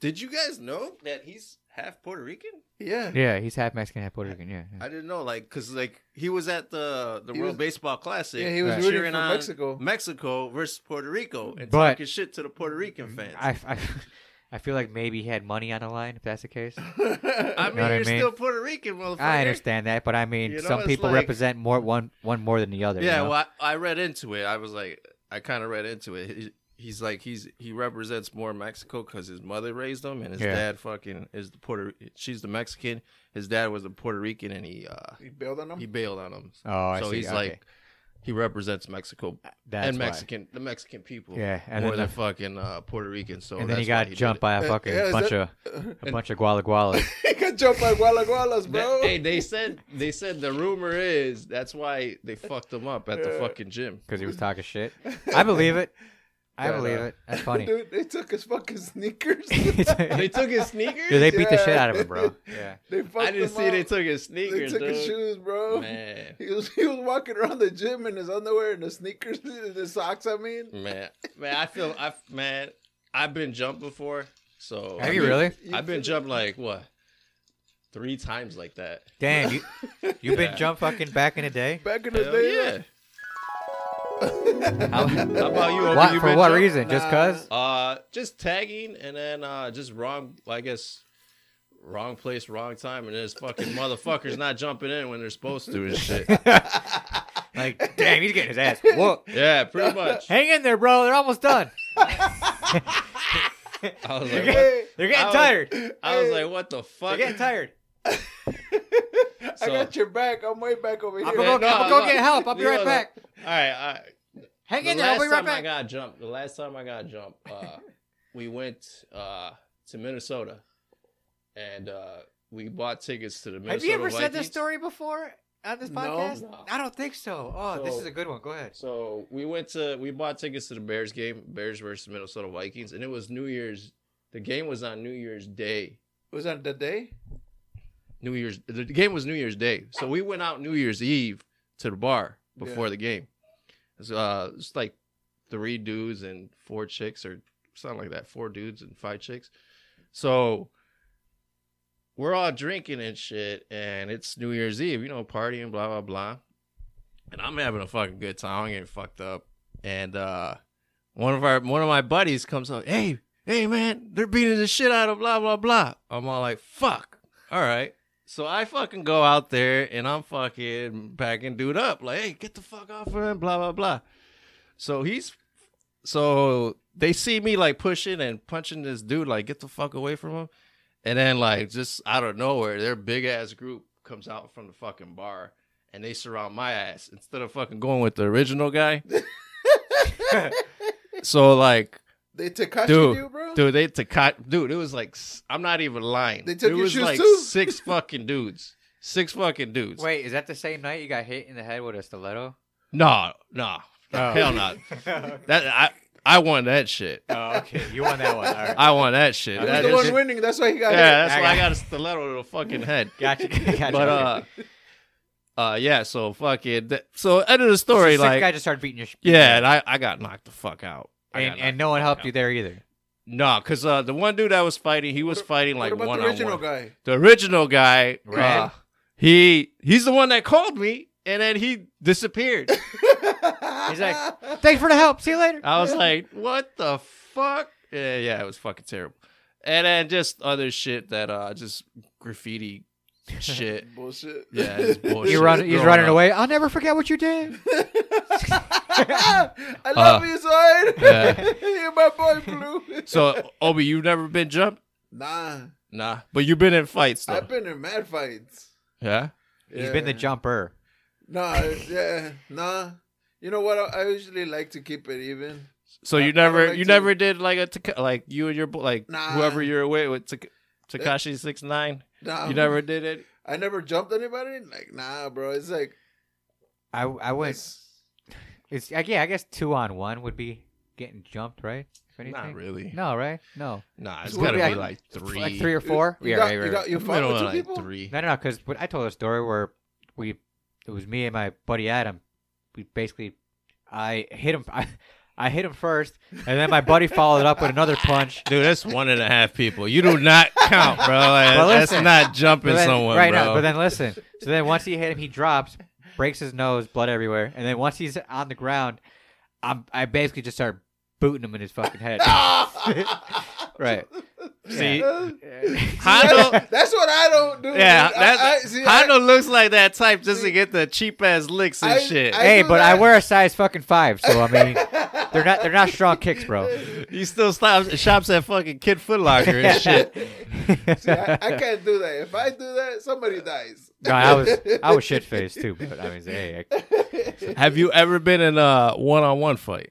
[SPEAKER 3] did you guys know that he's half Puerto Rican?
[SPEAKER 2] Yeah.
[SPEAKER 1] Yeah, he's half Mexican, half Puerto Rican. Yeah. yeah.
[SPEAKER 3] I didn't know, like, cause like he was at the the
[SPEAKER 2] He
[SPEAKER 3] World
[SPEAKER 2] was-
[SPEAKER 3] Baseball Classic.
[SPEAKER 2] Yeah, he was
[SPEAKER 1] Right.
[SPEAKER 2] rooting
[SPEAKER 3] cheering
[SPEAKER 2] for
[SPEAKER 3] on
[SPEAKER 2] Mexico.
[SPEAKER 3] Mexico versus Puerto Rico, and
[SPEAKER 1] But-
[SPEAKER 3] talking shit to the Puerto Rican fans.
[SPEAKER 1] I, I, I feel like maybe he had money on the line. If that's the case,
[SPEAKER 3] I mean,
[SPEAKER 1] what I
[SPEAKER 3] you're
[SPEAKER 1] mean?
[SPEAKER 3] still Puerto Rican, motherfucker.
[SPEAKER 1] I understand that, but I mean,
[SPEAKER 3] You know,
[SPEAKER 1] some
[SPEAKER 3] it's
[SPEAKER 1] people
[SPEAKER 3] like-
[SPEAKER 1] represent more one one more than the other. you
[SPEAKER 3] Yeah,
[SPEAKER 1] know?
[SPEAKER 3] well, I, I read into it. I was like, I kind of read into it. He, he's like, he's he represents more Mexico because his mother raised him, and his
[SPEAKER 1] Yeah.
[SPEAKER 3] dad fucking is the Puerto. She's the Mexican. His dad was the Puerto Rican, and he uh
[SPEAKER 2] He bailed on
[SPEAKER 3] he
[SPEAKER 2] him.
[SPEAKER 3] bailed on him.
[SPEAKER 1] oh, I
[SPEAKER 3] so
[SPEAKER 1] see.
[SPEAKER 3] he's
[SPEAKER 1] okay.
[SPEAKER 3] like, he represents Mexico
[SPEAKER 1] that's
[SPEAKER 3] and
[SPEAKER 1] why.
[SPEAKER 3] Mexican the Mexican people.
[SPEAKER 1] Yeah, and
[SPEAKER 3] more
[SPEAKER 1] then
[SPEAKER 3] than
[SPEAKER 1] the-
[SPEAKER 3] fucking uh, Puerto Rican. So
[SPEAKER 1] and then he
[SPEAKER 3] that's why
[SPEAKER 1] got
[SPEAKER 3] did
[SPEAKER 1] jumped
[SPEAKER 3] it.
[SPEAKER 1] by a
[SPEAKER 2] Uh,
[SPEAKER 1] fucking
[SPEAKER 2] yeah, is
[SPEAKER 1] bunch
[SPEAKER 2] that-
[SPEAKER 1] of a bunch of guala gualas.
[SPEAKER 2] he got jumped by Walla Wallas,
[SPEAKER 3] That-
[SPEAKER 2] bro.
[SPEAKER 3] hey, they said they said the rumor is that's why they fucked him up at the
[SPEAKER 2] Yeah.
[SPEAKER 3] fucking gym.
[SPEAKER 1] because he was talking shit. I believe it. I
[SPEAKER 3] But,
[SPEAKER 1] believe
[SPEAKER 3] uh,
[SPEAKER 1] it. That's funny.
[SPEAKER 2] Dude, they took his fucking sneakers.
[SPEAKER 1] Dude,
[SPEAKER 3] They took his sneakers.
[SPEAKER 1] they beat the shit
[SPEAKER 2] Yeah.
[SPEAKER 1] out of him, bro. Yeah.
[SPEAKER 2] they fucked
[SPEAKER 3] I didn't
[SPEAKER 2] him
[SPEAKER 3] see
[SPEAKER 2] up.
[SPEAKER 3] they took his
[SPEAKER 2] They
[SPEAKER 3] sneakers.
[SPEAKER 2] took his
[SPEAKER 3] dude.
[SPEAKER 2] shoes, bro.
[SPEAKER 3] Man,
[SPEAKER 2] He was he was walking around the gym in his underwear and his sneakers, and his socks. I mean,
[SPEAKER 3] man, man. I feel I man. I've been jumped before, so
[SPEAKER 1] Have you really?
[SPEAKER 3] I've been jumped like what three times like that.
[SPEAKER 1] Damn, you you've been jump fucking back in the day.
[SPEAKER 2] back in the
[SPEAKER 3] Hell
[SPEAKER 2] day.
[SPEAKER 3] yeah. how, how about you? Obi?
[SPEAKER 1] What
[SPEAKER 3] You
[SPEAKER 1] for?
[SPEAKER 3] been
[SPEAKER 1] What
[SPEAKER 3] jumped?
[SPEAKER 1] reason? Just
[SPEAKER 2] Nah.
[SPEAKER 1] cause?
[SPEAKER 3] Uh, just tagging and then uh, just wrong. I guess wrong place, wrong time, and this fucking motherfucker's not jumping in when they're supposed to and shit.
[SPEAKER 1] Like, damn, he's getting his ass whooped.
[SPEAKER 3] Yeah, pretty much.
[SPEAKER 1] Hang in there, bro. They're almost done.
[SPEAKER 3] I was
[SPEAKER 1] They're getting,
[SPEAKER 3] like, what?
[SPEAKER 1] they're
[SPEAKER 3] I
[SPEAKER 1] getting
[SPEAKER 3] was-
[SPEAKER 1] tired.
[SPEAKER 3] I was like, what the fuck?
[SPEAKER 1] They're getting tired.
[SPEAKER 2] I
[SPEAKER 3] So-
[SPEAKER 2] got your back. I'm way back over here.
[SPEAKER 1] I'm
[SPEAKER 3] Yeah,
[SPEAKER 1] gonna go,
[SPEAKER 3] no,
[SPEAKER 1] I'm gonna go
[SPEAKER 3] no.
[SPEAKER 1] get help. I'll be
[SPEAKER 3] You
[SPEAKER 1] right
[SPEAKER 3] know
[SPEAKER 1] back.
[SPEAKER 3] that. All right, all right.
[SPEAKER 1] Hang
[SPEAKER 3] the
[SPEAKER 1] in there.
[SPEAKER 3] last
[SPEAKER 1] I'll be right
[SPEAKER 3] time I
[SPEAKER 1] back.
[SPEAKER 3] got jumped, the last time I got jumped, uh, we went uh, to Minnesota, and uh, we bought tickets to the Minnesota.
[SPEAKER 1] Have you ever said this
[SPEAKER 3] Vikings.
[SPEAKER 1] story before on this
[SPEAKER 2] No.
[SPEAKER 1] podcast?
[SPEAKER 3] No.
[SPEAKER 1] I don't think so. Oh, this
[SPEAKER 3] So-
[SPEAKER 1] is a good one. Go ahead.
[SPEAKER 3] So we went to we bought tickets to the Bears game, Bears versus Minnesota Vikings, and it was New Year's. The game was on New Year's Day.
[SPEAKER 2] Was that the day?
[SPEAKER 3] New Year's the game was New Year's Day. So we went out New Year's Eve to the bar before
[SPEAKER 2] Yeah.
[SPEAKER 3] the game. It's uh it's like three dudes and four chicks or something like that. Four dudes and five chicks. So we're all drinking and shit and it's New Year's Eve, you know, partying, blah blah blah. And I'm having a fucking good time. I'm getting fucked up. And uh one of our one of my buddies comes up, hey, hey man, they're beating the shit out of blah blah blah. I'm all like, fuck. All right. So I fucking go out there and I'm fucking packing dude up. Like, hey, get the fuck off of him, blah, blah, blah. So he's so they see me like pushing and punching this dude, like, get the fuck away from him. And then like just out of nowhere, their big ass group comes out from the fucking bar and they surround my ass instead of fucking going with the original guy. so like
[SPEAKER 2] They Takashi
[SPEAKER 3] Dude,
[SPEAKER 2] you, bro?
[SPEAKER 3] Dude, they Takat. Dude, it was like s- I'm not even lying.
[SPEAKER 2] They took
[SPEAKER 3] it
[SPEAKER 2] your
[SPEAKER 3] was
[SPEAKER 2] shoes
[SPEAKER 3] like
[SPEAKER 2] too?
[SPEAKER 3] six fucking dudes. Six fucking dudes.
[SPEAKER 1] Wait, is that the same night you got hit in the head with a stiletto?
[SPEAKER 3] No, no,
[SPEAKER 1] Oh.
[SPEAKER 3] hell no.
[SPEAKER 1] oh,
[SPEAKER 3] That I I won that shit.
[SPEAKER 1] okay. You won that one. All right.
[SPEAKER 3] I won that shit.
[SPEAKER 1] He
[SPEAKER 2] He
[SPEAKER 1] that
[SPEAKER 2] was
[SPEAKER 3] That
[SPEAKER 2] the
[SPEAKER 1] is-
[SPEAKER 2] one
[SPEAKER 3] is-
[SPEAKER 2] winning. That's why he got
[SPEAKER 3] yeah, that's
[SPEAKER 1] I
[SPEAKER 3] why I
[SPEAKER 1] got-
[SPEAKER 3] got a stiletto to the fucking head.
[SPEAKER 1] Gotcha. Gotcha.
[SPEAKER 3] But uh, uh, yeah. So fucking. That, so end of the story.
[SPEAKER 1] Sixth
[SPEAKER 3] Like
[SPEAKER 1] guy just started beating your. sh-
[SPEAKER 3] yeah, and I I got knocked the fuck out. I got
[SPEAKER 1] and, and
[SPEAKER 3] knocked-
[SPEAKER 1] no one helped you there either.
[SPEAKER 3] no, because uh, the one dude I was fighting, he was fighting like
[SPEAKER 2] What about
[SPEAKER 3] one
[SPEAKER 2] the original
[SPEAKER 3] on one.
[SPEAKER 2] guy?
[SPEAKER 3] the original guy,
[SPEAKER 1] Red?
[SPEAKER 3] uh, he he's the one that called me, and then he disappeared.
[SPEAKER 1] He's like, "Thanks for the help. See you later."
[SPEAKER 3] I was like, "What the fuck?" Yeah, yeah, it was fucking terrible. And then just other shit that uh, just graffiti shit.
[SPEAKER 2] bullshit.
[SPEAKER 3] Yeah, it's bullshit.
[SPEAKER 1] you run, he's
[SPEAKER 3] growing
[SPEAKER 1] running
[SPEAKER 3] up.
[SPEAKER 1] away. I'll never forget what you did.
[SPEAKER 2] I love
[SPEAKER 3] Uh,
[SPEAKER 2] you, son.
[SPEAKER 3] yeah.
[SPEAKER 2] You're my boy, Blue.
[SPEAKER 3] So Obi, you've never been jumped?
[SPEAKER 2] nah,
[SPEAKER 3] Nah, but you've been in fights though.
[SPEAKER 2] I've been in mad fights.
[SPEAKER 3] yeah.
[SPEAKER 1] He's been the
[SPEAKER 2] Yeah.
[SPEAKER 1] jumper.
[SPEAKER 2] Nah, yeah, nah. You know what? I, I usually like to keep it even.
[SPEAKER 3] So
[SPEAKER 2] I- I
[SPEAKER 3] you
[SPEAKER 2] don't
[SPEAKER 3] never
[SPEAKER 2] like
[SPEAKER 3] you
[SPEAKER 2] to-
[SPEAKER 3] never did like a Taka- like you and your bo- like
[SPEAKER 2] Nah.
[SPEAKER 3] whoever you're with with Taka- Takashi six nine.
[SPEAKER 2] Nah,
[SPEAKER 3] You never did it.
[SPEAKER 2] I never jumped anybody. Like, nah, bro. It's like,
[SPEAKER 1] I I went.
[SPEAKER 2] it's,
[SPEAKER 1] It's I- yeah. I guess two on one would be getting jumped, right? If anything.
[SPEAKER 3] Not really.
[SPEAKER 1] No, right? No.
[SPEAKER 3] Nah, it's
[SPEAKER 2] It's gotta
[SPEAKER 1] gotta
[SPEAKER 3] gotta be
[SPEAKER 1] be
[SPEAKER 3] like three.
[SPEAKER 1] Like three or four.
[SPEAKER 2] you
[SPEAKER 1] yeah,
[SPEAKER 2] got,
[SPEAKER 1] right, right,
[SPEAKER 2] you
[SPEAKER 1] right.
[SPEAKER 2] got you fought with two people.
[SPEAKER 3] three.
[SPEAKER 1] No, no, no. Because I told a story where we, it was me and my buddy Adam. We basically, I hit him. I, I hit him first, and then my buddy followed up with another punch.
[SPEAKER 3] Dude, that's one and a half people. You do not count, bro. Like,
[SPEAKER 1] But
[SPEAKER 3] that's
[SPEAKER 1] listen.
[SPEAKER 3] not jumping
[SPEAKER 1] But then-
[SPEAKER 3] someone,
[SPEAKER 1] right
[SPEAKER 3] bro.
[SPEAKER 1] now, but then listen. So then once he hit him, he drops, breaks his nose, blood everywhere, and then once he's on the ground, I'm I basically just start booting him in his fucking head. right.
[SPEAKER 3] See,
[SPEAKER 2] That's,
[SPEAKER 3] Hondo,
[SPEAKER 2] that's what I don't do.
[SPEAKER 3] yeah,
[SPEAKER 2] dude. I-
[SPEAKER 3] that
[SPEAKER 2] I- see, I-
[SPEAKER 3] Hondo looks like that type just to
[SPEAKER 2] See,
[SPEAKER 3] get the cheap ass licks and
[SPEAKER 2] I-
[SPEAKER 3] shit.
[SPEAKER 2] I-
[SPEAKER 1] Hey,
[SPEAKER 2] do
[SPEAKER 1] but I
[SPEAKER 2] that.
[SPEAKER 1] wear a size fucking five, so I mean, they're not they're not strong kicks, bro.
[SPEAKER 3] he still stops, shops at fucking Kid Foot Locker and shit.
[SPEAKER 2] See, I, I can't do that. If I do that, somebody dies.
[SPEAKER 1] No, I was I was shit faced too, but I mean, hey,
[SPEAKER 3] Have you ever been in a one-on-one fight?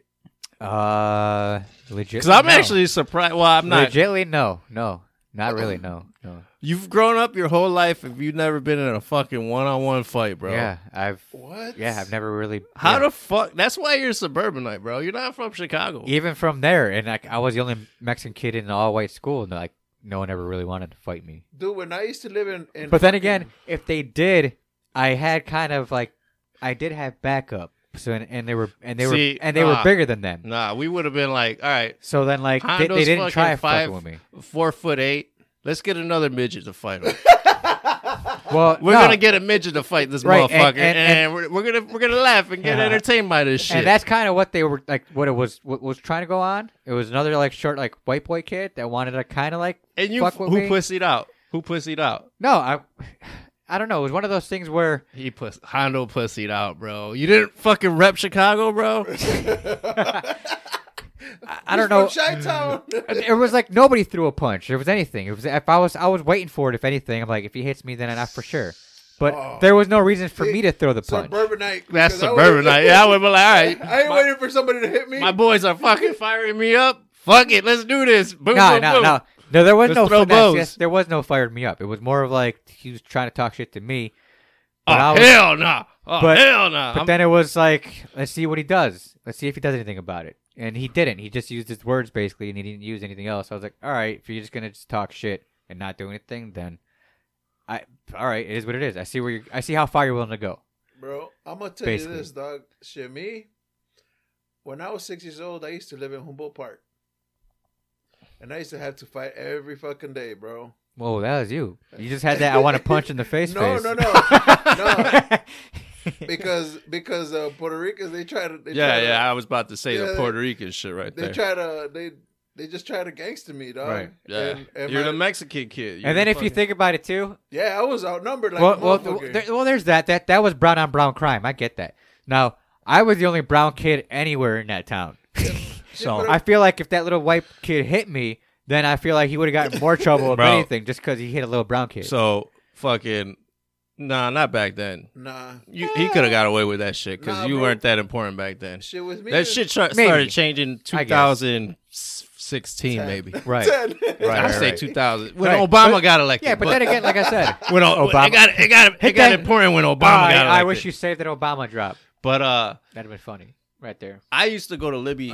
[SPEAKER 1] I- uh, legit.
[SPEAKER 3] Because I'm
[SPEAKER 1] no.
[SPEAKER 3] actually surprised. Well, I'm not.
[SPEAKER 1] legitly no, no, not really, no, no.
[SPEAKER 3] You've grown up your whole life if you've never been in a fucking one-on-one fight, bro.
[SPEAKER 1] Yeah, I've
[SPEAKER 2] What?
[SPEAKER 1] yeah, I've never really
[SPEAKER 3] How
[SPEAKER 1] yeah.
[SPEAKER 3] the fuck? That's why you're a suburbanite, bro. You're not from Chicago.
[SPEAKER 1] even from there, and like I was the only Mexican kid in an all white school, and like no one ever really wanted to fight me.
[SPEAKER 2] Dude, when I used to live in, in
[SPEAKER 1] But then
[SPEAKER 2] fucking-
[SPEAKER 1] again, if they did, I had kind of like I did have backup. So and, and they were and they
[SPEAKER 3] See, uh,
[SPEAKER 1] were and they were
[SPEAKER 3] nah.
[SPEAKER 1] bigger than them.
[SPEAKER 3] Nah, we would have been like, all right,
[SPEAKER 1] So then like they, they
[SPEAKER 3] Hondo's
[SPEAKER 1] didn't
[SPEAKER 3] fucking
[SPEAKER 1] try
[SPEAKER 3] five-
[SPEAKER 1] fucking with me.
[SPEAKER 3] four foot eight. Let's get another midget to fight him.
[SPEAKER 1] Well,
[SPEAKER 3] We're
[SPEAKER 1] no.
[SPEAKER 3] gonna get a midget to fight this
[SPEAKER 1] Right, and-
[SPEAKER 3] motherfucker,
[SPEAKER 1] and-
[SPEAKER 3] and,
[SPEAKER 1] and-
[SPEAKER 3] we're, we're gonna we're gonna laugh and get
[SPEAKER 1] Yeah.
[SPEAKER 3] entertained by this shit.
[SPEAKER 1] And that's kind of what they were like. What it was, what was trying to go on. It was another like short, like white boy kid that wanted to kind of like
[SPEAKER 3] And you
[SPEAKER 1] fuck with
[SPEAKER 3] who
[SPEAKER 1] me.
[SPEAKER 3] pussied out? Who pussied out?
[SPEAKER 1] No, I, I don't know. It was one of those things where
[SPEAKER 3] He puss Hondo pussied out, bro. You didn't fucking rep Chicago, bro.
[SPEAKER 1] I, I don't know. Mm,
[SPEAKER 2] Chi-town.
[SPEAKER 1] It was like nobody threw a punch. It was anything. It was if I was I was waiting for it. If anything, I'm like, if he hits me, then not for sure. But
[SPEAKER 2] Oh.
[SPEAKER 1] there was no reason for me to throw the punch.
[SPEAKER 2] Suburbanite.
[SPEAKER 3] That's
[SPEAKER 2] 'cause I
[SPEAKER 3] suburbanite.
[SPEAKER 2] would've-
[SPEAKER 3] Yeah, I would be like, all
[SPEAKER 2] I
[SPEAKER 3] right,
[SPEAKER 2] ain't waiting for somebody to hit me.
[SPEAKER 3] my boys are fucking firing me up. Fuck it, let's do this. Boom,
[SPEAKER 1] No,
[SPEAKER 3] boom,
[SPEAKER 1] no,
[SPEAKER 3] boom. Oh,
[SPEAKER 1] no. No, there was
[SPEAKER 3] Let's
[SPEAKER 1] no
[SPEAKER 3] throw
[SPEAKER 1] finesse.
[SPEAKER 3] bows.
[SPEAKER 1] Yes, there was no fired me up. It was more of like he was trying to talk shit to me. But I
[SPEAKER 3] Oh,
[SPEAKER 1] was-
[SPEAKER 3] hell nah. Oh,
[SPEAKER 1] but-
[SPEAKER 3] hell nah.
[SPEAKER 1] But
[SPEAKER 3] I'm-
[SPEAKER 1] then it was like, let's see what he does. Let's see if he does anything about it. And he didn't. He just used his words basically, and he didn't use anything else. I was like, all right, if you're just gonna just talk shit and not do anything, then I, all right, it is what it is. I see where you, I see how far you're willing to go.
[SPEAKER 2] Bro, I'm gonna tell
[SPEAKER 1] Basically.
[SPEAKER 2] you this, dog. Shit, me. When I was six years old, I used to live in Humboldt Park, and I used to have to fight every fucking day, bro.
[SPEAKER 1] Whoa, that was you. You just had that. I want to punch in the face.
[SPEAKER 2] No,
[SPEAKER 1] face.
[SPEAKER 2] no, no,
[SPEAKER 1] no.
[SPEAKER 2] Because because uh, Puerto Ricans they try to they
[SPEAKER 3] yeah,
[SPEAKER 2] try to-
[SPEAKER 3] yeah, I was about to say
[SPEAKER 2] Yeah,
[SPEAKER 3] the
[SPEAKER 2] they-
[SPEAKER 3] Puerto Rican shit right
[SPEAKER 2] they
[SPEAKER 3] there.
[SPEAKER 2] try to they they just try to gangster me, dog.
[SPEAKER 1] Right.
[SPEAKER 3] yeah.
[SPEAKER 2] And, and
[SPEAKER 3] You're
[SPEAKER 2] my-
[SPEAKER 3] the Mexican kid. You're
[SPEAKER 1] and then
[SPEAKER 3] the
[SPEAKER 1] if you
[SPEAKER 3] fucking-
[SPEAKER 1] think about it too,
[SPEAKER 2] yeah, I was outnumbered like
[SPEAKER 1] well,
[SPEAKER 2] a
[SPEAKER 1] well,
[SPEAKER 2] motherfucker.
[SPEAKER 1] there, well, there's that. That that was brown on brown crime. I get that. Now, I was the only brown kid anywhere in that town, so
[SPEAKER 2] but-
[SPEAKER 1] I feel like if that little white kid hit me, then I feel like he would have gotten more trouble if
[SPEAKER 3] Bro.
[SPEAKER 1] anything, just because he hit a little brown kid.
[SPEAKER 3] So, fucking, nah, not back then.
[SPEAKER 2] nah,
[SPEAKER 3] You, he could have got away with that shit because
[SPEAKER 2] Nah,
[SPEAKER 3] you
[SPEAKER 2] bro.
[SPEAKER 3] weren't that important back then.
[SPEAKER 2] shit with me.
[SPEAKER 3] That
[SPEAKER 2] is
[SPEAKER 3] shit tra-
[SPEAKER 1] Maybe.
[SPEAKER 3] started changing
[SPEAKER 1] I guess.
[SPEAKER 3] 2016,
[SPEAKER 2] Ten.
[SPEAKER 3] maybe.
[SPEAKER 1] right,
[SPEAKER 2] ten.
[SPEAKER 3] I
[SPEAKER 1] right,
[SPEAKER 3] say
[SPEAKER 1] right.
[SPEAKER 3] 2000 when
[SPEAKER 1] Right.
[SPEAKER 3] Obama
[SPEAKER 1] But-
[SPEAKER 3] got elected.
[SPEAKER 1] Yeah, but then again, like I said,
[SPEAKER 3] when o-
[SPEAKER 1] Obama-
[SPEAKER 3] it got it got it
[SPEAKER 1] Hit
[SPEAKER 3] got
[SPEAKER 1] that-
[SPEAKER 3] important when Obama got
[SPEAKER 1] I,
[SPEAKER 3] elected.
[SPEAKER 1] I wish you saved that Obama drop.
[SPEAKER 3] But uh,
[SPEAKER 1] That'd have been funny, right there.
[SPEAKER 3] I used to go to Libby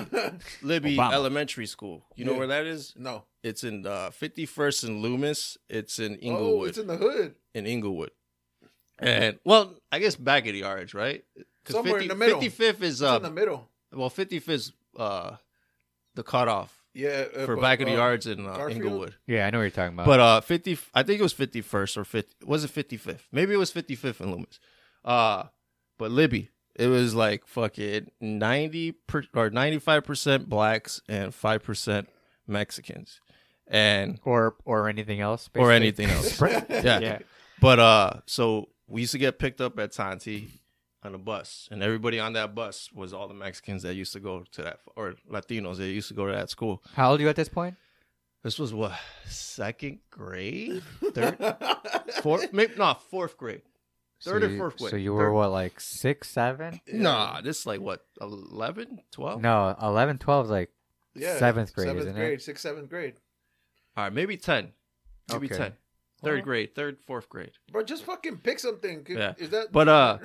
[SPEAKER 3] Libby
[SPEAKER 1] Obama.
[SPEAKER 3] Elementary School. You know
[SPEAKER 2] Yeah.
[SPEAKER 3] where that is?
[SPEAKER 2] no.
[SPEAKER 3] It's in uh, 51st and Loomis. It's in
[SPEAKER 2] Oh,
[SPEAKER 3] Inglewood.
[SPEAKER 2] it's in the hood.
[SPEAKER 3] in Inglewood. And well, I guess back at the arch, right? 'Cause
[SPEAKER 2] Somewhere in the middle.
[SPEAKER 3] 55th
[SPEAKER 2] It's
[SPEAKER 3] is uh,
[SPEAKER 2] in the middle.
[SPEAKER 3] well, 55th is uh, the cutoff
[SPEAKER 2] Yeah, uh,
[SPEAKER 3] for
[SPEAKER 2] but,
[SPEAKER 3] back of the
[SPEAKER 2] uh,
[SPEAKER 3] yards in uh,
[SPEAKER 2] Garfield?
[SPEAKER 3] Inglewood.
[SPEAKER 1] Yeah, I know what you're talking about.
[SPEAKER 3] But uh, fifty, I think it was fifty first or fifty. Was it fifty fifth? Maybe it was fifty fifth in Loomis. Uh, but Libby, it was like fucking ninety per, or ninety five percent blacks and five percent Mexicans, and
[SPEAKER 1] or or anything else,
[SPEAKER 3] or
[SPEAKER 1] basically.
[SPEAKER 3] anything else. yeah.
[SPEAKER 1] Yeah.
[SPEAKER 3] But uh, so we used to get picked up at Tanti on a bus, and everybody on that bus was all the Mexicans that used to go to that or Latinos that used to go to that school.
[SPEAKER 1] How old are you at this point?
[SPEAKER 3] This was what second grade, third, fourth, maybe not fourth grade, third
[SPEAKER 1] so
[SPEAKER 3] or
[SPEAKER 1] you-
[SPEAKER 3] fourth grade.
[SPEAKER 1] So you were
[SPEAKER 3] Third-
[SPEAKER 1] what, like six, seven?
[SPEAKER 3] Nah, this is like what 11, 12?
[SPEAKER 1] No, 11, 12 is like
[SPEAKER 2] Yeah,
[SPEAKER 1] seventh grade,
[SPEAKER 2] seventh
[SPEAKER 1] isn't
[SPEAKER 2] grade,
[SPEAKER 1] it?
[SPEAKER 2] sixth, seventh grade.
[SPEAKER 3] All right, maybe ten, maybe
[SPEAKER 1] Okay.
[SPEAKER 3] ten. Third
[SPEAKER 1] Well.
[SPEAKER 3] grade, third, fourth grade.
[SPEAKER 2] Bro, just fucking pick something. Could-
[SPEAKER 3] Yeah.
[SPEAKER 2] Is that
[SPEAKER 3] But, uh,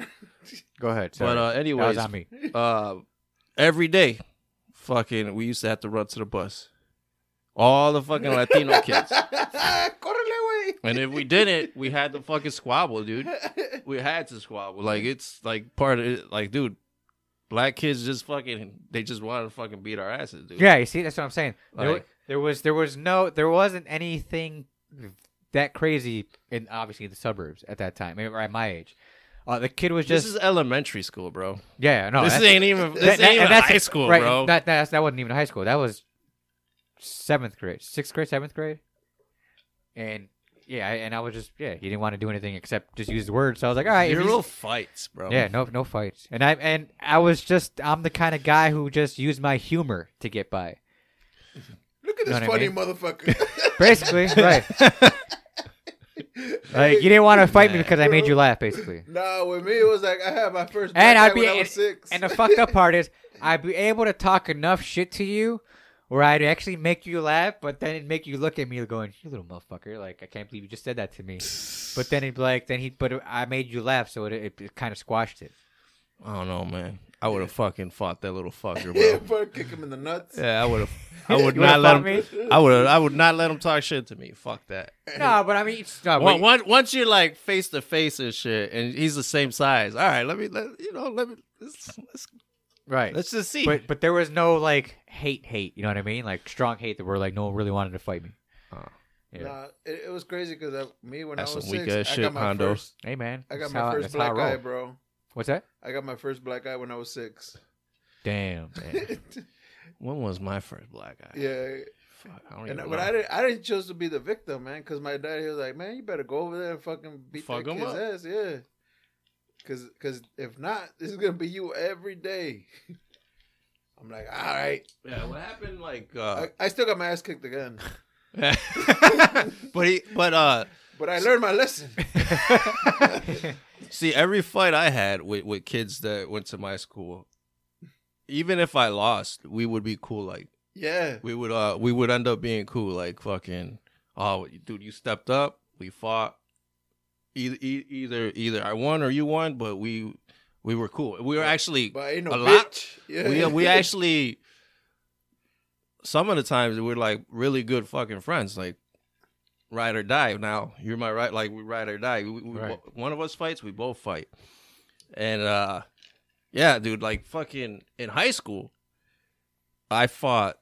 [SPEAKER 1] Go ahead.
[SPEAKER 3] But
[SPEAKER 1] sorry.
[SPEAKER 3] uh,
[SPEAKER 1] That
[SPEAKER 3] anyways,
[SPEAKER 1] was on me.
[SPEAKER 3] uh, every day, fucking, we used to have to run to the bus. All the fucking Latino kids,
[SPEAKER 2] Correle,
[SPEAKER 3] and if we didn't, we had to fucking squabble, dude.
[SPEAKER 2] güey.
[SPEAKER 3] We had to squabble. Like it's like part of it. Like, dude, black kids just fucking, they just wanted to fucking beat our asses, dude.
[SPEAKER 1] yeah, you see, that's what I'm saying. There,
[SPEAKER 3] Like-
[SPEAKER 1] wa- there was, there was no, there wasn't anything that crazy in obviously the suburbs at that time, maybe at my age. Uh, the kid was just,
[SPEAKER 3] this is elementary school, bro.
[SPEAKER 1] yeah, no,
[SPEAKER 3] this
[SPEAKER 1] that's-
[SPEAKER 3] ain't even this
[SPEAKER 1] that- that-
[SPEAKER 3] ain't even
[SPEAKER 1] and that's-
[SPEAKER 3] high school,
[SPEAKER 1] right,
[SPEAKER 3] bro.
[SPEAKER 1] That, that's, that wasn't even high school. That was seventh grade, sixth grade, seventh grade, and yeah, I- and I was just, yeah, he didn't want to do anything except just use his words. So I was like, all right, if he's-
[SPEAKER 3] Zero fights, bro.
[SPEAKER 1] Yeah, no, no fights. And I and I was just I'm the kind of guy who just used my humor to get by.
[SPEAKER 2] Look at
[SPEAKER 1] Know
[SPEAKER 2] this
[SPEAKER 1] what I
[SPEAKER 2] funny
[SPEAKER 1] mean?
[SPEAKER 2] motherfucker.
[SPEAKER 1] Basically, right? Like you didn't want to fight me because I made you laugh, basically.
[SPEAKER 2] nah, with me it was like I had my first
[SPEAKER 1] And
[SPEAKER 2] black
[SPEAKER 1] I'd
[SPEAKER 2] guy
[SPEAKER 1] be
[SPEAKER 2] when I
[SPEAKER 1] and,
[SPEAKER 2] was six.
[SPEAKER 1] and the fucked up part is I'd be able to talk enough shit to you where I'd actually make you laugh, but then it'd make you look at me going, "You little motherfucker!" Like I can't believe you just said that to me. But then he'd be like, "Then he," but I made you laugh, so it, it, it kind of squashed it.
[SPEAKER 3] I don't know, man. I would have fucking fought that little fucker,
[SPEAKER 2] yeah,
[SPEAKER 3] bro.
[SPEAKER 2] bro, kick him in the nuts.
[SPEAKER 3] yeah, I would have. I would
[SPEAKER 1] You
[SPEAKER 3] not
[SPEAKER 1] would've
[SPEAKER 3] let
[SPEAKER 1] fought
[SPEAKER 3] him. I would. I would not let him talk shit to me. Fuck that.
[SPEAKER 1] No, but I mean, it's- no,
[SPEAKER 3] Once,
[SPEAKER 1] wait.
[SPEAKER 3] once, once you're like face to face and shit, and he's the same size. All right, let me. Let you know. Let me. Let's let's,
[SPEAKER 1] right?
[SPEAKER 3] let's just see.
[SPEAKER 1] But but there was no like hate hate. You know what I mean? Like strong hate that were like no one really wanted to fight me. Yeah.
[SPEAKER 2] Nah, it, it was crazy because me when
[SPEAKER 3] That's
[SPEAKER 2] I was
[SPEAKER 3] some weak
[SPEAKER 2] six,
[SPEAKER 3] ass
[SPEAKER 2] I
[SPEAKER 3] shit,
[SPEAKER 2] got my
[SPEAKER 3] Hondo.
[SPEAKER 2] first,
[SPEAKER 1] Hey man,
[SPEAKER 2] I got
[SPEAKER 1] that's
[SPEAKER 2] my
[SPEAKER 1] how
[SPEAKER 2] first
[SPEAKER 1] that's how I
[SPEAKER 2] black eye,
[SPEAKER 1] roll.
[SPEAKER 2] bro.
[SPEAKER 1] What's that?
[SPEAKER 2] I got my first black eye when I was six.
[SPEAKER 1] Damn. Man.
[SPEAKER 3] when was my first black eye?
[SPEAKER 2] yeah,
[SPEAKER 3] Fuck, I don't
[SPEAKER 2] And
[SPEAKER 3] even
[SPEAKER 2] but
[SPEAKER 3] know.
[SPEAKER 2] I didn't, I didn't choose to be the victim, man, because my dad he was like, man, you better go over there and fucking beat
[SPEAKER 3] Fuck
[SPEAKER 2] that
[SPEAKER 3] 'em
[SPEAKER 2] kid's
[SPEAKER 3] up."
[SPEAKER 2] ass, yeah. Cause, cause if not, this is gonna be you every day. I'm like, all right.
[SPEAKER 3] yeah, what happened? Like, uh,
[SPEAKER 2] I, I still got my ass kicked again,
[SPEAKER 3] but he, but uh,
[SPEAKER 2] but I learned my lesson.
[SPEAKER 3] See, every fight I had with, with kids that went to my school, even if I lost, we would be cool. Like
[SPEAKER 2] Yeah,
[SPEAKER 3] we would uh we would end up being cool. Like fucking, oh dude, you stepped up. We fought. Either e- either either I won or you won, but we we were cool. We were actually
[SPEAKER 2] but ain't no
[SPEAKER 3] A
[SPEAKER 2] bitch.
[SPEAKER 3] lot-
[SPEAKER 2] Yeah,
[SPEAKER 3] we we actually some of the times we're like really good fucking friends, like ride or die. Now you're my right, like we ride or die. We, we,
[SPEAKER 1] Right.
[SPEAKER 3] One of us fights, we both fight, and uh, yeah, dude, like fucking in high school, I fought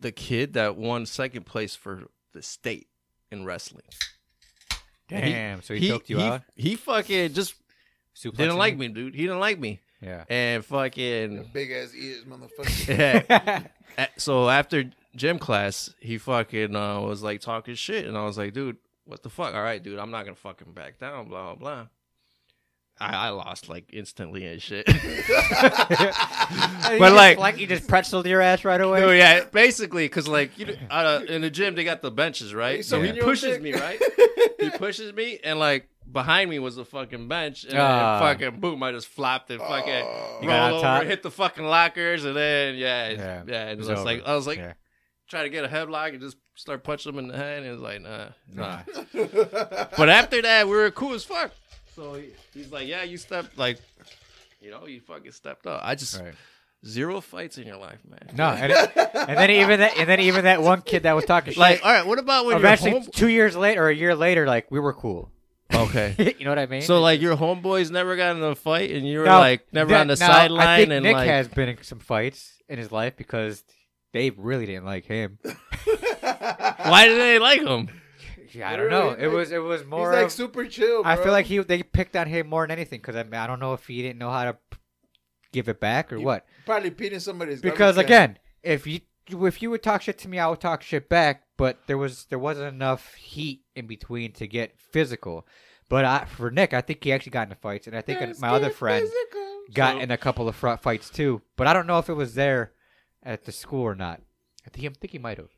[SPEAKER 3] the kid that won second place for the state in wrestling. And he-
[SPEAKER 1] Damn. so he, choked you
[SPEAKER 3] he,
[SPEAKER 1] out.
[SPEAKER 3] He fucking just
[SPEAKER 1] Suplexing
[SPEAKER 3] didn't like
[SPEAKER 1] you?
[SPEAKER 3] me, dude. He didn't like me,
[SPEAKER 1] Yeah.
[SPEAKER 3] and fucking
[SPEAKER 2] big ass ears, motherfucker.
[SPEAKER 3] yeah. A- so after gym class, he fucking uh, was like talking shit, and I was like, dude, what the fuck? All right, dude, I'm not gonna fucking back down. Blah blah blah. I, I lost like instantly and shit.
[SPEAKER 1] but
[SPEAKER 3] But, like-
[SPEAKER 1] like you just pretzeled your ass right away.
[SPEAKER 3] so Oh, yeah, basically, because like you know, uh, in the gym they got the benches, right? So
[SPEAKER 2] sucking
[SPEAKER 3] he
[SPEAKER 2] your own
[SPEAKER 3] pushes
[SPEAKER 2] dick?
[SPEAKER 3] me, right? he pushes me, and like behind me was the fucking bench, and
[SPEAKER 1] Ah.
[SPEAKER 3] then fucking boom, I just flopped and fucking
[SPEAKER 1] You got on
[SPEAKER 3] rolled over,
[SPEAKER 1] top?
[SPEAKER 3] hit the fucking lockers, and then yeah,
[SPEAKER 1] Yeah,
[SPEAKER 3] yeah, yeah and
[SPEAKER 1] it's
[SPEAKER 3] I was
[SPEAKER 1] over.
[SPEAKER 3] like, I was like,
[SPEAKER 1] Yeah.
[SPEAKER 3] try to get a headlock and just start punching him in the head. And it's like, nah, nah.
[SPEAKER 2] yeah,
[SPEAKER 3] but after that, we were cool as fuck. So he, he's like, yeah, you stepped, like, you know, you fucking stepped up. I just,
[SPEAKER 1] Right.
[SPEAKER 3] zero fights in your life, man.
[SPEAKER 1] No, and, it- and then even that, and then even that one kid that was talking shit.
[SPEAKER 3] Like, all right, what about when your
[SPEAKER 1] eventually,
[SPEAKER 3] home...
[SPEAKER 1] two years later or a year later, like we were cool.
[SPEAKER 3] Okay.
[SPEAKER 1] you know what I mean?
[SPEAKER 3] So, like, your homeboys never got in a fight and you were,
[SPEAKER 1] Now,
[SPEAKER 3] like, never
[SPEAKER 1] that-
[SPEAKER 3] on the
[SPEAKER 1] now, I think
[SPEAKER 3] sideline and,
[SPEAKER 1] Nick
[SPEAKER 3] like,
[SPEAKER 1] has been in some fights in his life because they really didn't like him.
[SPEAKER 3] why did they like him?
[SPEAKER 1] Yeah, I don't know.
[SPEAKER 2] Literally,
[SPEAKER 1] It
[SPEAKER 2] like-
[SPEAKER 1] was it was
[SPEAKER 2] he's
[SPEAKER 1] more.
[SPEAKER 2] like
[SPEAKER 1] of-
[SPEAKER 2] super chill. Bro.
[SPEAKER 1] I feel like he they picked on him more than anything because I, mean, I don't know if he didn't know how to p- give it back or
[SPEAKER 2] You-
[SPEAKER 1] what.
[SPEAKER 2] probably peeing somebody's garbage
[SPEAKER 1] Because
[SPEAKER 2] can.
[SPEAKER 1] again, if you if you would talk shit to me, I would talk shit back. But there was there wasn't enough heat in between to get physical. But I, for Nick, I think he actually got into fights, and I think my other friend got
[SPEAKER 3] So-
[SPEAKER 1] in a couple of front fights too. But I don't know if it was there at the school or not. I think I think he might have.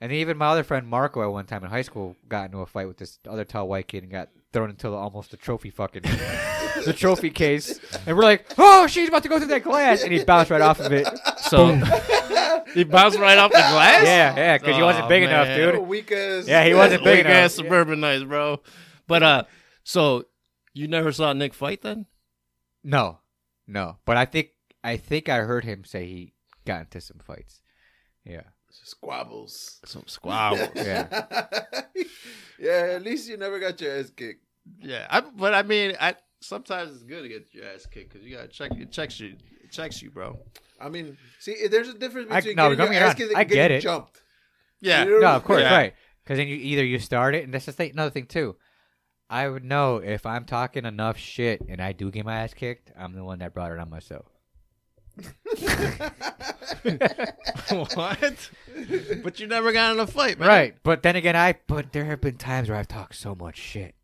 [SPEAKER 1] And then even my other friend Marco at one time in high school got into a fight with this other tall white kid and got thrown into the, almost the trophy fucking the trophy case. And we're like, oh, she's about to go through that glass, and he bounced right off of it.
[SPEAKER 3] So, he bounced right off the glass?
[SPEAKER 1] Yeah, yeah, because he wasn't
[SPEAKER 3] Aw,
[SPEAKER 1] big
[SPEAKER 3] man.
[SPEAKER 1] enough, dude.
[SPEAKER 2] Weak as
[SPEAKER 1] Yeah, he wasn't big
[SPEAKER 3] Big ass
[SPEAKER 1] enough.
[SPEAKER 3] suburbanites, bro. But, uh, so, you never saw Nick fight then?
[SPEAKER 1] No, no. But I think I think I heard him say he got into some fights. Yeah,
[SPEAKER 2] squabbles.
[SPEAKER 3] Some squabble.
[SPEAKER 1] yeah.
[SPEAKER 2] yeah, at least you never got your ass kicked.
[SPEAKER 3] Yeah, I, but I mean, I sometimes it's good to get your ass kicked because you gotta check it checks you it checks you, bro.
[SPEAKER 2] I mean, see, eh, there's a difference
[SPEAKER 1] I-
[SPEAKER 2] between
[SPEAKER 1] no, don't get
[SPEAKER 2] getting your
[SPEAKER 1] me
[SPEAKER 2] ass
[SPEAKER 1] wrong.
[SPEAKER 2] kicked and
[SPEAKER 1] I get
[SPEAKER 2] getting
[SPEAKER 1] it.
[SPEAKER 2] jumped.
[SPEAKER 3] Yeah,
[SPEAKER 2] You know?
[SPEAKER 1] No, of course,
[SPEAKER 3] Yeah.
[SPEAKER 1] right. Because then you either you start it, and that's the thing. Another thing too, I would know if I'm talking enough shit and I do get my ass kicked. I'm the one that brought it on myself.
[SPEAKER 3] what? but you never got in a fight, man.
[SPEAKER 1] Right, but then again, I but there have been times where I've talked so much shit,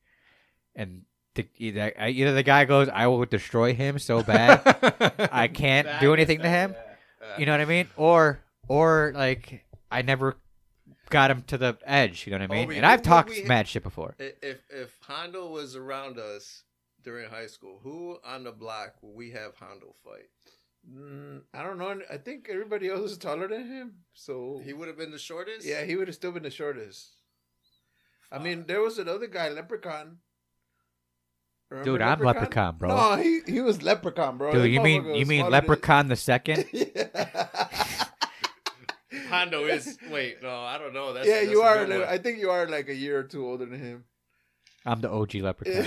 [SPEAKER 1] and the, either I, either the guy goes, "I will destroy him so bad, I can't do anything to him," you know what I mean, or or like I never got him to the edge, you know what I
[SPEAKER 3] Oh,
[SPEAKER 1] mean.
[SPEAKER 3] we-
[SPEAKER 1] and I've
[SPEAKER 3] we-
[SPEAKER 1] talked
[SPEAKER 3] we-
[SPEAKER 1] mad shit before.
[SPEAKER 5] I- If if Hondo was around us during high school, who on the block would we have Hondo fight?
[SPEAKER 2] Mm, I don't know. I think everybody else is taller than him, so
[SPEAKER 5] He would have been the shortest.
[SPEAKER 2] yeah, he would have still been the shortest. I mean, there was another guy, Leprechaun. Remember
[SPEAKER 1] Dude, I'm Leprechaun, bro.
[SPEAKER 2] No, he, he was Leprechaun, bro.
[SPEAKER 1] Dude,
[SPEAKER 2] That
[SPEAKER 1] you mean
[SPEAKER 2] motherfucker
[SPEAKER 1] you
[SPEAKER 2] was
[SPEAKER 1] mean
[SPEAKER 2] smaller than-
[SPEAKER 1] Leprechaun the second?
[SPEAKER 3] Hondo is wait, no, I don't know. That's
[SPEAKER 2] yeah,
[SPEAKER 3] that's
[SPEAKER 2] you
[SPEAKER 3] a
[SPEAKER 2] are.
[SPEAKER 3] good
[SPEAKER 2] Like,
[SPEAKER 3] one.
[SPEAKER 2] I think you are like a year or two older than him.
[SPEAKER 1] I'm the OG leprechaun.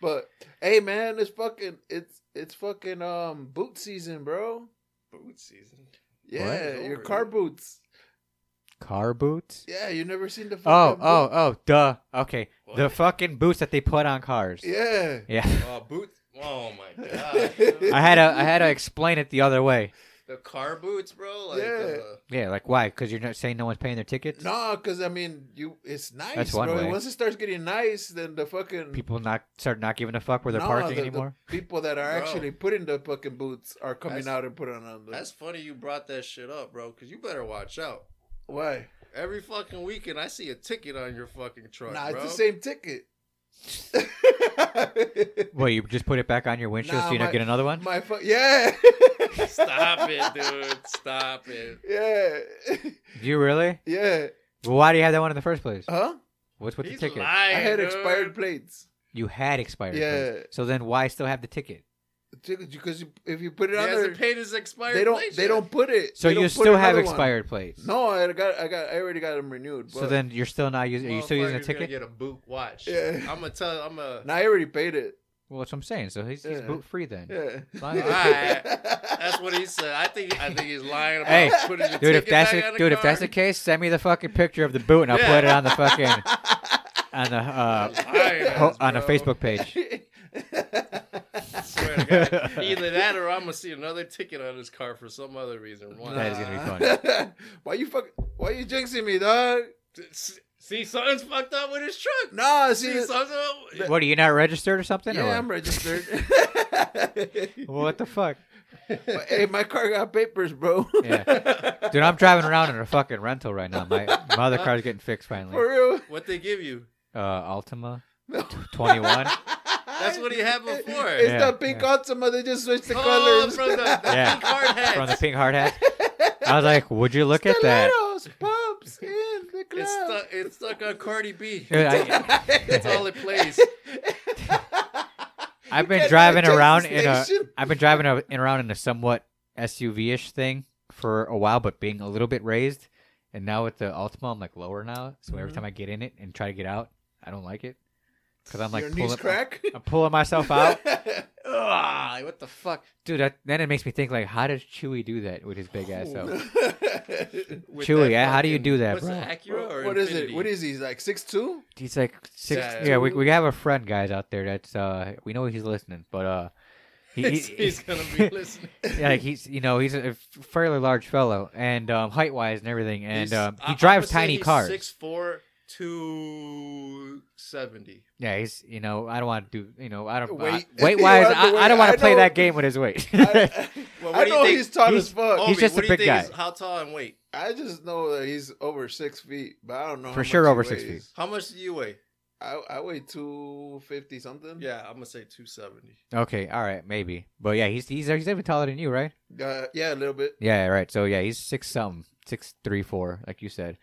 [SPEAKER 2] but hey, man, it's fucking it's it's fucking um boot season, bro.
[SPEAKER 5] boot season.
[SPEAKER 2] Yeah,
[SPEAKER 5] What?
[SPEAKER 2] your car boots.
[SPEAKER 1] Car boots?
[SPEAKER 2] Yeah, you never seen the
[SPEAKER 1] Oh,
[SPEAKER 2] fucking
[SPEAKER 1] oh, oh, duh. Okay. The
[SPEAKER 3] What?
[SPEAKER 1] fucking boots that they put on cars.
[SPEAKER 2] boot- yeah.
[SPEAKER 1] Yeah.
[SPEAKER 3] Oh, boot. Oh my god.
[SPEAKER 1] I had to I had to explain it the other way.
[SPEAKER 3] The car boots, bro. Like,
[SPEAKER 2] Yeah.
[SPEAKER 3] Uh,
[SPEAKER 1] Yeah, like why? Because you're not saying no one's paying their tickets.
[SPEAKER 2] No, because I mean, you it's nice,
[SPEAKER 1] That's one
[SPEAKER 2] bro.
[SPEAKER 1] way.
[SPEAKER 2] Once it starts getting nice, then the fucking
[SPEAKER 1] People not start not giving a fuck where they're
[SPEAKER 2] No,
[SPEAKER 1] parking
[SPEAKER 2] the- the
[SPEAKER 1] anymore.
[SPEAKER 2] people that are
[SPEAKER 3] Bro.
[SPEAKER 2] actually putting the fucking boots are coming
[SPEAKER 3] That's-
[SPEAKER 2] out and putting on them.
[SPEAKER 3] that's funny you brought that shit up, bro. Because you better watch out.
[SPEAKER 2] why.
[SPEAKER 3] Every fucking weekend, I see a ticket on your fucking truck,
[SPEAKER 2] Nah,
[SPEAKER 3] bro.
[SPEAKER 2] it's the same ticket.
[SPEAKER 1] Well, you just put it back on your windshield
[SPEAKER 2] Nah,
[SPEAKER 1] so you
[SPEAKER 2] my-
[SPEAKER 1] don't get another one.
[SPEAKER 2] My fu- yeah,
[SPEAKER 3] Stop it, dude. Stop it.
[SPEAKER 2] yeah,
[SPEAKER 1] Do you really?
[SPEAKER 2] yeah.
[SPEAKER 1] Well, why do you have that one in the first place?
[SPEAKER 2] Huh?
[SPEAKER 1] What's with
[SPEAKER 3] He's
[SPEAKER 1] the ticket?
[SPEAKER 3] lying.
[SPEAKER 2] I had
[SPEAKER 3] dude.
[SPEAKER 2] expired plates.
[SPEAKER 1] You had expired.
[SPEAKER 2] Yeah.
[SPEAKER 1] plates. So then why still have the ticket?
[SPEAKER 2] because if you put it
[SPEAKER 3] He
[SPEAKER 2] on there,
[SPEAKER 3] hasn't paid his expired.
[SPEAKER 2] they don't
[SPEAKER 3] plate
[SPEAKER 2] they
[SPEAKER 3] yet.
[SPEAKER 2] don't put it.
[SPEAKER 1] So
[SPEAKER 2] they don't
[SPEAKER 1] you
[SPEAKER 2] put
[SPEAKER 1] still have
[SPEAKER 2] another one.
[SPEAKER 1] expired plates.
[SPEAKER 2] No, I got I got I already got them renewed. But
[SPEAKER 1] So then you're still not using. Are you still using a
[SPEAKER 3] Motherfucker's gonna
[SPEAKER 1] ticket?
[SPEAKER 3] Get a boot watch.
[SPEAKER 2] Yeah.
[SPEAKER 3] I'm gonna tell. I'm gonna.
[SPEAKER 2] and I already paid it.
[SPEAKER 1] Well, that's what I'm saying. So he's, he's
[SPEAKER 2] Yeah.
[SPEAKER 1] boot free then.
[SPEAKER 2] Yeah.
[SPEAKER 1] Fine. All
[SPEAKER 3] right. That's what he said. I think. I think he's lying about
[SPEAKER 1] Hey,
[SPEAKER 3] putting the
[SPEAKER 1] Dude, if
[SPEAKER 3] ticket
[SPEAKER 1] that's
[SPEAKER 3] back
[SPEAKER 1] the,
[SPEAKER 3] on the
[SPEAKER 1] dude, if that's
[SPEAKER 3] car.
[SPEAKER 1] the case, send me the fucking picture of the boot and I'll
[SPEAKER 3] Yeah.
[SPEAKER 1] put it on the fucking on the uh,
[SPEAKER 3] Lying
[SPEAKER 1] ho-
[SPEAKER 3] ass,
[SPEAKER 1] on a
[SPEAKER 3] bro.
[SPEAKER 1] Facebook page.
[SPEAKER 3] Swear to God. Either that or I'm gonna see another ticket on his car for some other reason. Why?
[SPEAKER 1] That is gonna be funny.
[SPEAKER 2] funny. why you fuck? Why you jinxing me, dog?
[SPEAKER 3] See, something's fucked up with his truck.
[SPEAKER 2] Nah, see,
[SPEAKER 3] See,
[SPEAKER 2] this-
[SPEAKER 3] something.
[SPEAKER 1] What are you not registered or something? or
[SPEAKER 2] yeah,
[SPEAKER 1] what?
[SPEAKER 2] I'm registered.
[SPEAKER 1] Well, what the fuck?
[SPEAKER 2] But, hey, my car got papers, bro.
[SPEAKER 1] Yeah. Dude, I'm driving around in a fucking rental right now. My, my other car's getting fixed finally.
[SPEAKER 2] For real.
[SPEAKER 3] What they give you?
[SPEAKER 1] Uh, Altima, twenty one.
[SPEAKER 3] That's what he had before.
[SPEAKER 2] It's
[SPEAKER 1] Yeah,
[SPEAKER 2] the pink
[SPEAKER 1] yeah.
[SPEAKER 2] Ultima. They just switched the
[SPEAKER 3] oh,
[SPEAKER 2] colors.
[SPEAKER 3] from the, the
[SPEAKER 1] Yeah.
[SPEAKER 3] pink hard hats.
[SPEAKER 1] from the pink hard hat. I was like, would you look at that?
[SPEAKER 2] Stilettos, pumps in the club.
[SPEAKER 3] It's stuck. It's stuck on Cardi B.
[SPEAKER 1] Dude, I,
[SPEAKER 3] That's all it plays.
[SPEAKER 1] I've
[SPEAKER 2] You
[SPEAKER 1] been
[SPEAKER 2] can't
[SPEAKER 1] driving
[SPEAKER 2] change the
[SPEAKER 1] around in a.
[SPEAKER 2] station.
[SPEAKER 1] I've been driving a, in around in a somewhat SUV ish thing for a while, but being a little bit raised. And now with the Altima, I'm like lower now. So every time I get in it and try to get out, I don't like it because I'm like
[SPEAKER 2] Your
[SPEAKER 1] pulling.
[SPEAKER 2] knees crack.
[SPEAKER 1] I'm pulling myself out.
[SPEAKER 3] Ugh, what the fuck?
[SPEAKER 1] Dude, that, then it makes me think like, how does Chewy do that with his big ass
[SPEAKER 2] Oh,
[SPEAKER 1] out?
[SPEAKER 3] With
[SPEAKER 1] Chewy, eh?
[SPEAKER 3] that
[SPEAKER 1] How do you
[SPEAKER 3] fucking-
[SPEAKER 1] do that,
[SPEAKER 3] what's
[SPEAKER 1] bro?
[SPEAKER 3] That, Acura or
[SPEAKER 2] what is it?
[SPEAKER 3] Infiniti?
[SPEAKER 2] What is he? Like six two?
[SPEAKER 1] He's like six.
[SPEAKER 3] Yeah.
[SPEAKER 1] yeah, we, we have a friend, guys, out there that's uh, we know he's listening, but uh, he, he-
[SPEAKER 3] He's gonna be listening.
[SPEAKER 1] yeah, like he's you know he's a fairly large fellow and um, height wise and everything, and
[SPEAKER 3] He's-
[SPEAKER 1] um,
[SPEAKER 3] I- I
[SPEAKER 1] he
[SPEAKER 3] would
[SPEAKER 1] drives
[SPEAKER 3] say
[SPEAKER 1] tiny
[SPEAKER 3] he's
[SPEAKER 1] cars.
[SPEAKER 3] Six four two seventy.
[SPEAKER 1] Yeah, he's you know I don't want to do you know I don't
[SPEAKER 2] Weight.
[SPEAKER 1] weight, weight wise
[SPEAKER 2] You have
[SPEAKER 1] I,
[SPEAKER 2] the
[SPEAKER 1] I don't
[SPEAKER 2] weight.
[SPEAKER 1] want
[SPEAKER 2] I
[SPEAKER 1] to play
[SPEAKER 2] know.
[SPEAKER 1] that game with his weight.
[SPEAKER 2] I,
[SPEAKER 3] Well,
[SPEAKER 2] I know he's tall
[SPEAKER 1] He's-
[SPEAKER 2] as fuck.
[SPEAKER 1] he's just
[SPEAKER 3] what
[SPEAKER 1] a
[SPEAKER 3] do you
[SPEAKER 1] big
[SPEAKER 3] think is-
[SPEAKER 1] guy.
[SPEAKER 3] How tall and weight?
[SPEAKER 2] I just know that he's over six feet, but I don't know. how
[SPEAKER 1] For
[SPEAKER 2] much
[SPEAKER 1] sure
[SPEAKER 2] he
[SPEAKER 1] over six
[SPEAKER 2] weighs.
[SPEAKER 3] How much do you weigh?
[SPEAKER 2] I, I weigh two fifty something.
[SPEAKER 3] Yeah, I'm gonna say two seventy.
[SPEAKER 1] okay, all right, maybe, but yeah, he's he's he's even taller than you, right?
[SPEAKER 2] Uh, yeah, a little bit.
[SPEAKER 1] Yeah, right. So yeah, he's six something, six three four, like you said,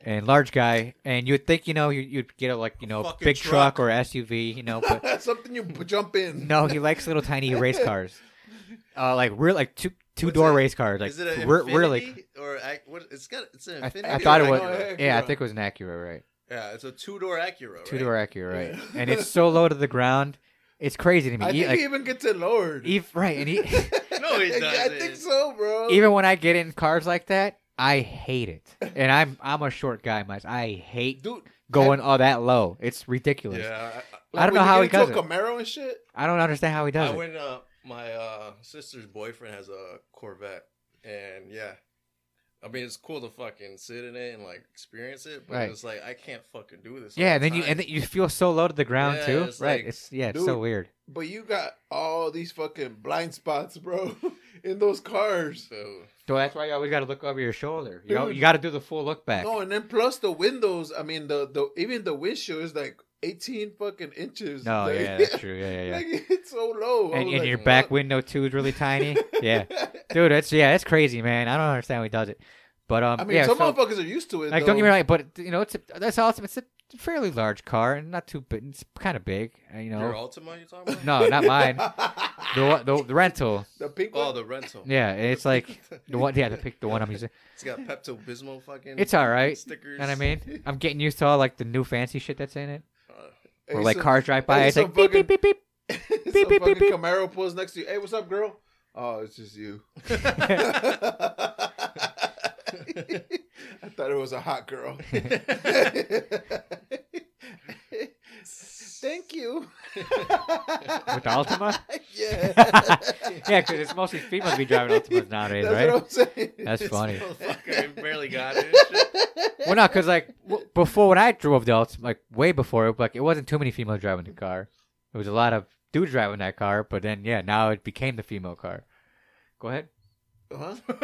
[SPEAKER 1] and large guy. And you'd think you know you- you'd get a like you know
[SPEAKER 3] fucking
[SPEAKER 1] big
[SPEAKER 3] truck.
[SPEAKER 1] truck. or SUV, you know, but
[SPEAKER 2] That's something you b- jump in.
[SPEAKER 1] no, he likes little tiny race cars, uh, like real like two two door
[SPEAKER 3] it?
[SPEAKER 1] race cars, like
[SPEAKER 3] is it an
[SPEAKER 1] re-
[SPEAKER 3] Infinity
[SPEAKER 1] really.
[SPEAKER 3] or ac- what? It's got it's an
[SPEAKER 1] I,
[SPEAKER 3] Infinity.
[SPEAKER 1] I thought it uh,
[SPEAKER 2] Acura,
[SPEAKER 1] was
[SPEAKER 2] Acura.
[SPEAKER 1] yeah, I think it was an Acura, right?
[SPEAKER 3] Yeah, it's a two door Acura. Oh, Right?
[SPEAKER 1] Two door Acura, right?
[SPEAKER 2] Yeah.
[SPEAKER 1] And it's so low to the ground, it's crazy to me.
[SPEAKER 2] I
[SPEAKER 1] He-
[SPEAKER 2] think
[SPEAKER 1] like,
[SPEAKER 2] he even gets it lowered.
[SPEAKER 1] Eve, right, and he,
[SPEAKER 3] No, it doesn't.
[SPEAKER 2] I think so, bro.
[SPEAKER 1] even when I get in cars like that, I hate it. And I'm I'm a short guy, myself. I hate
[SPEAKER 2] dude.
[SPEAKER 1] going all that low. It's ridiculous.
[SPEAKER 3] Yeah, I-
[SPEAKER 1] I don't
[SPEAKER 2] when
[SPEAKER 1] know
[SPEAKER 2] you
[SPEAKER 1] how he
[SPEAKER 2] get into
[SPEAKER 1] does it.
[SPEAKER 2] a Camaro and shit.
[SPEAKER 1] I don't understand how he does
[SPEAKER 3] I
[SPEAKER 1] it.
[SPEAKER 3] went. Uh, my uh, sister's boyfriend has a Corvette, and yeah, I mean it's cool to fucking sit in it and like experience it, but
[SPEAKER 1] Right.
[SPEAKER 3] it's like I can't fucking do this.
[SPEAKER 1] yeah,
[SPEAKER 3] all
[SPEAKER 1] and
[SPEAKER 3] the
[SPEAKER 1] then you
[SPEAKER 3] time.
[SPEAKER 1] and then you feel so low to the ground
[SPEAKER 3] Yeah,
[SPEAKER 1] too.
[SPEAKER 3] it's
[SPEAKER 1] right.
[SPEAKER 3] like-
[SPEAKER 1] it's yeah, it's
[SPEAKER 2] Dude.
[SPEAKER 1] so weird.
[SPEAKER 2] But you got all these fucking blind spots, bro, in those cars.
[SPEAKER 3] So,
[SPEAKER 1] So that's why you always gotta look over your shoulder. You, know,
[SPEAKER 2] Dude.
[SPEAKER 1] you gotta do the full look back.
[SPEAKER 2] No, and then plus the windows. I mean, the the even the windshield is like eighteen fucking inches.
[SPEAKER 1] No,
[SPEAKER 2] Like-
[SPEAKER 1] yeah, that's true. Yeah, yeah, yeah.
[SPEAKER 2] Like it's so low. I
[SPEAKER 1] and
[SPEAKER 2] was
[SPEAKER 1] and
[SPEAKER 2] like,
[SPEAKER 1] your
[SPEAKER 2] what?
[SPEAKER 1] back window too is really tiny. yeah. Dude, that's yeah, that's crazy, man. I don't understand how he does it. But um
[SPEAKER 2] I mean,
[SPEAKER 1] yeah,
[SPEAKER 2] some
[SPEAKER 1] so-
[SPEAKER 2] motherfuckers are used to it.
[SPEAKER 1] like
[SPEAKER 2] though.
[SPEAKER 1] don't get me wrong, but you know, it's a, that's awesome. It's a fairly large car and not too big. It's kind of big, uh, you
[SPEAKER 3] your
[SPEAKER 1] know.
[SPEAKER 3] Altima you talking about?
[SPEAKER 1] No, not mine. the, one- the the rental.
[SPEAKER 2] The pink
[SPEAKER 3] Oh,
[SPEAKER 2] one.
[SPEAKER 3] the rental.
[SPEAKER 1] Yeah, it's like the one. Yeah, the pick the one I'm using.
[SPEAKER 3] It's got Pepto Bismol fucking.
[SPEAKER 1] It's all right.
[SPEAKER 3] Stickers.
[SPEAKER 1] You know what I mean? I'm getting used to all like the new fancy shit that's in it.
[SPEAKER 2] Hey,
[SPEAKER 1] Or like
[SPEAKER 2] some-
[SPEAKER 1] cars drive by,
[SPEAKER 2] hey,
[SPEAKER 1] it's like
[SPEAKER 2] some
[SPEAKER 1] beep
[SPEAKER 2] fucking-
[SPEAKER 1] beep beep beep.
[SPEAKER 2] some
[SPEAKER 1] beep, beep,
[SPEAKER 2] fucking
[SPEAKER 1] beep.
[SPEAKER 2] Camaro pulls next to you. Hey, what's up, girl? Oh, it's just you. I thought it was a hot girl. Thank you.
[SPEAKER 1] With the Altima?
[SPEAKER 2] Yeah.
[SPEAKER 1] yeah, because it's mostly females be driving Ultimas nowadays,
[SPEAKER 2] That's
[SPEAKER 1] right?
[SPEAKER 2] what I'm saying.
[SPEAKER 1] That's funny.
[SPEAKER 3] Oh,
[SPEAKER 6] Motherfucker barely got it. and shit.
[SPEAKER 1] Well, not because like w- before when I drove the Ultima, like way before, it, like it wasn't too many females driving the car. It was a lot of dudes driving that car, but then yeah, now it became the female car. Go ahead.
[SPEAKER 2] Huh? No,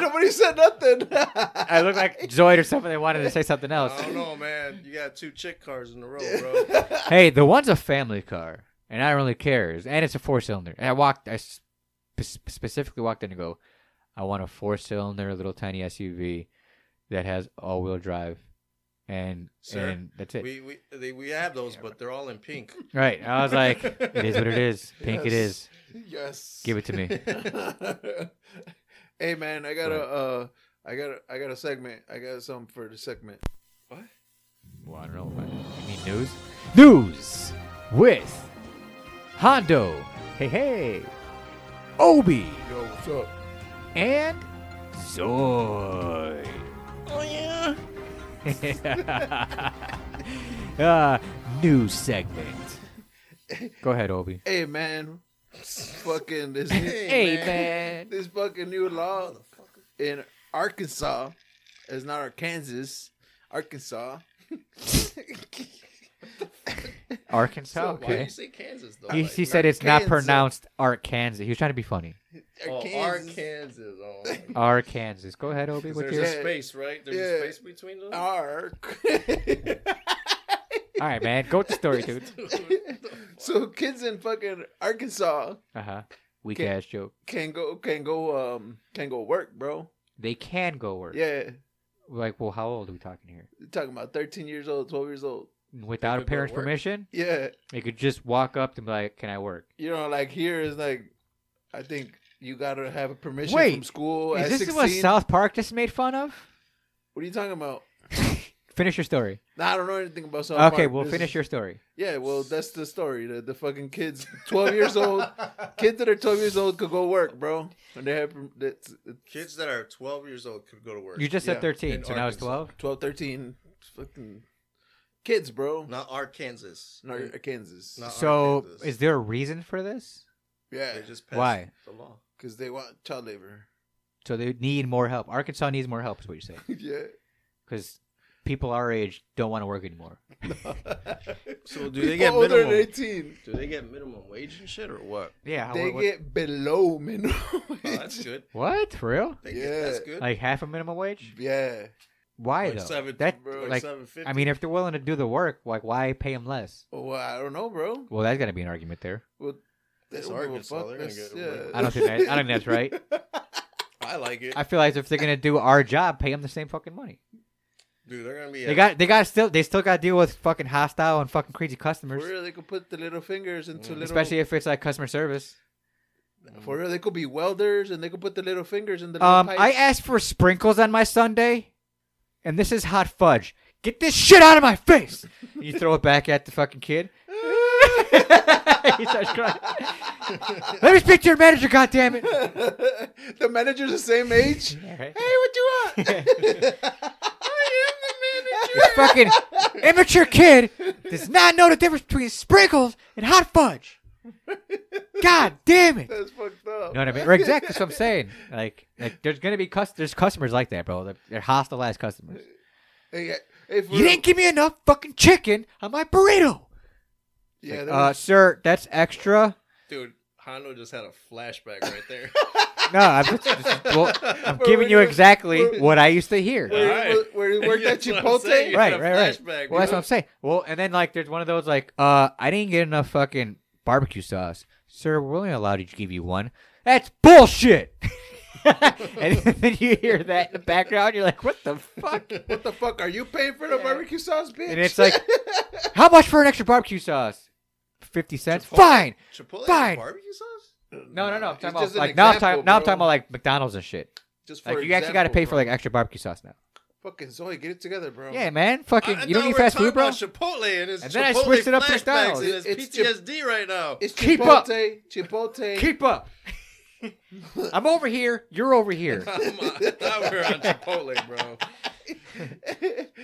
[SPEAKER 2] nobody said nothing.
[SPEAKER 1] I look like Zoid or something. They wanted to say something else.
[SPEAKER 3] I don't know, man. You got two chick cars in a row, bro.
[SPEAKER 1] Hey, the one's a family car, and I don't really cares, and it's a four cylinder. And I walked, I sp- specifically walked in to go. I want a four cylinder little tiny SUV that has all wheel drive, and
[SPEAKER 3] Sir,
[SPEAKER 1] and that's it.
[SPEAKER 3] we we they, we have those, but they're all in pink.
[SPEAKER 1] right? I was like, it is what it is. Pink, it
[SPEAKER 2] Yes.
[SPEAKER 1] is.
[SPEAKER 2] yes.
[SPEAKER 1] Give it to me.
[SPEAKER 2] hey man, I got
[SPEAKER 1] Go
[SPEAKER 2] a uh I got a I got a segment. I got something for the segment.
[SPEAKER 1] Well, I don't know. What, you mean news? News with Hondo. Hey, hey. Obi
[SPEAKER 2] Yo, what's up?
[SPEAKER 1] and Zoid. Oh yeah. uh, news segment. Go ahead, Obi.
[SPEAKER 2] Hey man. fucking this
[SPEAKER 1] Hey, man.
[SPEAKER 2] this fucking new law in Arkansas. It's not Arkansas. Arkansas.
[SPEAKER 1] Arkansas.
[SPEAKER 3] Why do
[SPEAKER 1] Oh, Okay.
[SPEAKER 3] you say Kansas though?
[SPEAKER 1] He,
[SPEAKER 3] Like,
[SPEAKER 1] he said it's not
[SPEAKER 2] Arkansas.
[SPEAKER 1] pronounced Arkansas. He was trying to be funny.
[SPEAKER 3] oh,
[SPEAKER 2] Arkansas.
[SPEAKER 3] Arkansas. Oh, my God.
[SPEAKER 1] Arkansas. Go ahead, Obi. With
[SPEAKER 3] there's
[SPEAKER 1] your...
[SPEAKER 3] a
[SPEAKER 2] yours?
[SPEAKER 3] space, right? There's
[SPEAKER 2] Yeah.
[SPEAKER 3] a space between those.
[SPEAKER 2] Ark.
[SPEAKER 1] All right, man. Go with the story, dude.
[SPEAKER 2] so kids in fucking Arkansas
[SPEAKER 1] Uh huh. Weak
[SPEAKER 2] Okay.
[SPEAKER 1] ass joke.
[SPEAKER 2] can go can go um can go work, bro.
[SPEAKER 1] They can go work.
[SPEAKER 2] Yeah,
[SPEAKER 1] Like, well, how old are we talking here?
[SPEAKER 2] talking about 13 years old, 12 years old.
[SPEAKER 1] Without a
[SPEAKER 3] could go to
[SPEAKER 1] parent's
[SPEAKER 3] work.
[SPEAKER 1] permission,
[SPEAKER 2] Yeah,
[SPEAKER 1] they could just walk up and be like, "Can I work?"
[SPEAKER 2] you know, like here is like, I think you gotta have a permission
[SPEAKER 1] Wait,
[SPEAKER 2] from school
[SPEAKER 1] Is
[SPEAKER 2] at
[SPEAKER 1] this
[SPEAKER 2] 16.
[SPEAKER 1] what South Park just made fun of?
[SPEAKER 2] what are you talking about?
[SPEAKER 1] Finish your story.
[SPEAKER 2] Nah, I don't know anything about South
[SPEAKER 1] okay,
[SPEAKER 2] Park.
[SPEAKER 1] well,
[SPEAKER 2] This
[SPEAKER 1] finish
[SPEAKER 2] is-
[SPEAKER 1] your story.
[SPEAKER 2] Yeah, well, that's the story. The, the fucking kids, 12 years old, kids that are 12 years old could go work, bro. And they have that's
[SPEAKER 3] Kids that are 12 years old could go to work.
[SPEAKER 1] You just
[SPEAKER 2] Yeah,
[SPEAKER 1] said 13,
[SPEAKER 3] in
[SPEAKER 1] so now it's
[SPEAKER 3] Arkansas.
[SPEAKER 1] 12.
[SPEAKER 2] 12, 13, fucking kids, bro.
[SPEAKER 3] not Arkansas.
[SPEAKER 2] No, Kansas.
[SPEAKER 3] No.
[SPEAKER 1] So,
[SPEAKER 3] Arkansas.
[SPEAKER 1] is there a reason for this?
[SPEAKER 2] Yeah,
[SPEAKER 3] They just passed
[SPEAKER 1] Why?
[SPEAKER 3] the law.
[SPEAKER 2] because they want child labor.
[SPEAKER 1] So they need more help. Arkansas needs more help, is what you're saying,
[SPEAKER 2] yeah.
[SPEAKER 1] because people our age don't want to work anymore.
[SPEAKER 3] So do
[SPEAKER 6] Dude, they
[SPEAKER 2] People
[SPEAKER 6] get
[SPEAKER 2] older
[SPEAKER 6] minimum.
[SPEAKER 2] than 18.
[SPEAKER 3] do they get minimum wage and shit or what?
[SPEAKER 1] Yeah. how-
[SPEAKER 2] They
[SPEAKER 1] what,
[SPEAKER 2] get below minimum wage.
[SPEAKER 3] Oh, that's good.
[SPEAKER 1] what? For real?
[SPEAKER 3] They get, that's
[SPEAKER 2] Yeah.
[SPEAKER 3] good.
[SPEAKER 1] Like half a minimum wage?
[SPEAKER 2] Yeah.
[SPEAKER 1] Why
[SPEAKER 3] Like
[SPEAKER 1] though?
[SPEAKER 3] seven-
[SPEAKER 1] that
[SPEAKER 2] bro,
[SPEAKER 1] like
[SPEAKER 3] seven fifty.
[SPEAKER 1] I mean, if they're willing to do the work, like why pay them less?
[SPEAKER 2] Well, I don't know, bro.
[SPEAKER 1] Well, that's got to be an argument there.
[SPEAKER 2] Well, they
[SPEAKER 3] That's
[SPEAKER 2] don't give a
[SPEAKER 3] Arkansas,
[SPEAKER 2] fuck.
[SPEAKER 3] they're gonna
[SPEAKER 2] That's-
[SPEAKER 3] get away with it.
[SPEAKER 1] I don't think that, I don't think that's right.
[SPEAKER 3] I like it,
[SPEAKER 1] I feel like if they're gonna do our job, pay them the same fucking money.
[SPEAKER 3] dude. They're gonna be.
[SPEAKER 1] They
[SPEAKER 3] at-
[SPEAKER 1] got they got still they still got to deal with fucking hostile and fucking crazy customers,
[SPEAKER 2] For real, they could put the little fingers into little.
[SPEAKER 1] especially if it's like customer service.
[SPEAKER 2] for real, they could be welders, and they could put the little fingers in the. Little
[SPEAKER 1] Um,
[SPEAKER 2] pipes.
[SPEAKER 1] I asked for sprinkles on my Sunday, and this is hot fudge. Get this shit out of my face! And you throw it back at the fucking kid. he starts crying. Let me speak to your manager, goddammit!
[SPEAKER 2] the manager's the same age.
[SPEAKER 1] All right.
[SPEAKER 2] Hey, what you want?
[SPEAKER 1] This fucking immature kid does not know the difference between sprinkles and hot fudge. God damn it!
[SPEAKER 2] That's fucked up.
[SPEAKER 1] You know what I mean? Right, exactly. That's what I'm saying. Like, like there's gonna be cus- there's customers like that, bro. They're, they're hostile ass customers.
[SPEAKER 2] Hey, hey, for
[SPEAKER 1] You didn't give me enough fucking chicken on my burrito.
[SPEAKER 2] real. Yeah,
[SPEAKER 1] Like,
[SPEAKER 2] that
[SPEAKER 1] uh, sir, that's extra.
[SPEAKER 3] dude. Hondo just had a flashback right there.
[SPEAKER 1] No, I'm, just, just- well, I'm giving you
[SPEAKER 2] we're-
[SPEAKER 1] exactly what I used to hear.
[SPEAKER 2] Where,
[SPEAKER 3] All right.
[SPEAKER 2] where you worked at
[SPEAKER 3] That's what I'm saying.
[SPEAKER 2] Chipotle?
[SPEAKER 3] you
[SPEAKER 1] right,
[SPEAKER 3] had a
[SPEAKER 1] right, right.
[SPEAKER 3] flashback,
[SPEAKER 1] well, that's
[SPEAKER 3] bro.
[SPEAKER 1] what I'm saying. Well, and then like there's one of those like, uh, I didn't get enough fucking barbecue sauce, sir. We're only allowed to give you one. That's bullshit. and then you hear that in the background, you're like, what the fuck?
[SPEAKER 2] What the fuck? Are you paying for the barbecue sauce, bitch?
[SPEAKER 1] And it's like, how much for an extra barbecue sauce? Fifty cents. Fine.
[SPEAKER 3] Chipotle
[SPEAKER 1] Fine.
[SPEAKER 3] has barbecue sauce.
[SPEAKER 1] No, no, no. I'm
[SPEAKER 2] It's
[SPEAKER 1] talking
[SPEAKER 2] just
[SPEAKER 1] about
[SPEAKER 2] an
[SPEAKER 1] like now. I'm
[SPEAKER 2] example,
[SPEAKER 1] talking now. I'm
[SPEAKER 2] bro.
[SPEAKER 1] talking about like McDonald's and shit.
[SPEAKER 2] just
[SPEAKER 1] Like you actually got to
[SPEAKER 2] example,
[SPEAKER 1] pay for
[SPEAKER 2] bro. Oh.
[SPEAKER 1] like extra barbecue sauce now.
[SPEAKER 2] Fucking Zoe, get it together, bro.
[SPEAKER 1] Yeah, man. Fucking,
[SPEAKER 3] I
[SPEAKER 1] you don't
[SPEAKER 3] thought
[SPEAKER 1] need
[SPEAKER 3] we
[SPEAKER 1] fast
[SPEAKER 3] were
[SPEAKER 1] food, bro.
[SPEAKER 3] talking about Chipotle, and, it's
[SPEAKER 1] And then I
[SPEAKER 3] Chipotle
[SPEAKER 1] switched it up to
[SPEAKER 3] flashbacks,
[SPEAKER 1] McDonald's.
[SPEAKER 3] and
[SPEAKER 2] It's
[SPEAKER 3] It's PTSD right now.
[SPEAKER 2] It's
[SPEAKER 1] Keep
[SPEAKER 2] Chipotle,
[SPEAKER 1] up.
[SPEAKER 2] Chipotle.
[SPEAKER 1] Keep up. I'm over here. You're over here.
[SPEAKER 3] Come on, I thought we were on Chipotle, bro.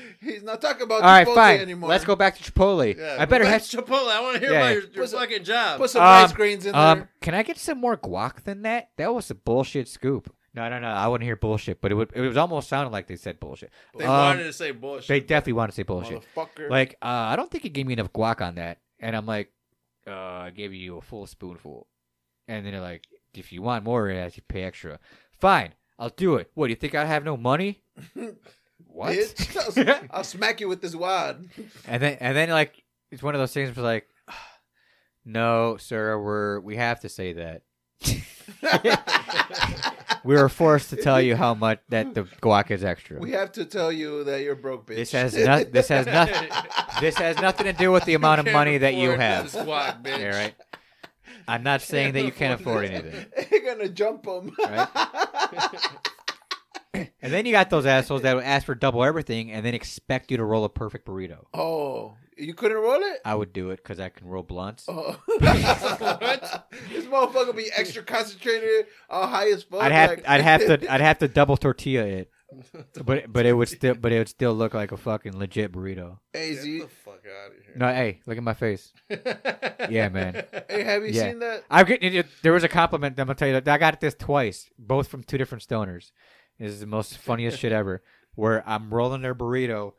[SPEAKER 2] He's not talking about
[SPEAKER 1] All right,
[SPEAKER 2] Chipotle
[SPEAKER 1] fine.
[SPEAKER 2] anymore.
[SPEAKER 1] Let's go back to Chipotle.
[SPEAKER 3] Yeah,
[SPEAKER 1] I better
[SPEAKER 3] go
[SPEAKER 1] have.
[SPEAKER 3] back to Chipotle. I want to hear
[SPEAKER 1] Yeah,
[SPEAKER 3] about
[SPEAKER 1] yeah.
[SPEAKER 3] your, your
[SPEAKER 2] What's up?
[SPEAKER 3] fucking job.
[SPEAKER 2] Put some
[SPEAKER 1] Um,
[SPEAKER 2] rice grains in
[SPEAKER 1] Um,
[SPEAKER 2] there.
[SPEAKER 1] can I get some more guac than that? That was a bullshit scoop. No, no, no. I wouldn't hear bullshit, but it would. It was almost sounding like they said bullshit.
[SPEAKER 3] they
[SPEAKER 1] Um,
[SPEAKER 3] wanted to say bullshit.
[SPEAKER 1] They definitely wanted to say bullshit.
[SPEAKER 2] Motherfucker.
[SPEAKER 1] Like, uh, I don't think it gave me enough guac on that, and I'm like, uh, I gave you a full spoonful, and then they're like, if you want more, you have to pay extra. Fine, I'll do it. What do you think I have no money? what?
[SPEAKER 2] Bitch. I'll sm- I'll smack you with this wad.
[SPEAKER 1] And then and then like it's one of those things where like no, sir, we're we have to say that. we were forced to tell you how much that the guac is extra.
[SPEAKER 2] We have to tell you that you're broke, bitch.
[SPEAKER 1] This has no, this has nothing this has nothing to do with the amount of
[SPEAKER 3] Can't
[SPEAKER 1] money that you
[SPEAKER 3] afford
[SPEAKER 1] have.
[SPEAKER 3] this guac, bitch.
[SPEAKER 1] All right. I'm not saying that you can't afford
[SPEAKER 3] afford
[SPEAKER 1] anything.
[SPEAKER 2] You're gonna jump him.
[SPEAKER 1] And then you got those assholes that would ask for double everything and then expect you to roll a perfect burrito.
[SPEAKER 2] oh, you couldn't roll it.
[SPEAKER 1] I would do it because I can roll blunts.
[SPEAKER 2] Oh. this motherfucker be extra concentrated, all high as fuck.
[SPEAKER 1] I'd have
[SPEAKER 2] like-
[SPEAKER 1] I'd have to I'd have to double tortilla it, but but it would still but it would still look like a fucking legit burrito.
[SPEAKER 2] hey,
[SPEAKER 3] Get
[SPEAKER 2] Z,
[SPEAKER 3] the fuck out of here.
[SPEAKER 1] No, hey, look at my face. Yeah, man.
[SPEAKER 2] hey, have you
[SPEAKER 1] Yeah.
[SPEAKER 2] seen that?
[SPEAKER 1] I've get, it, it- there was a compliment. I'm gonna tell you that I got this twice, both from two different stoners. This is the most funniest shit ever. Where I'm rolling their burrito,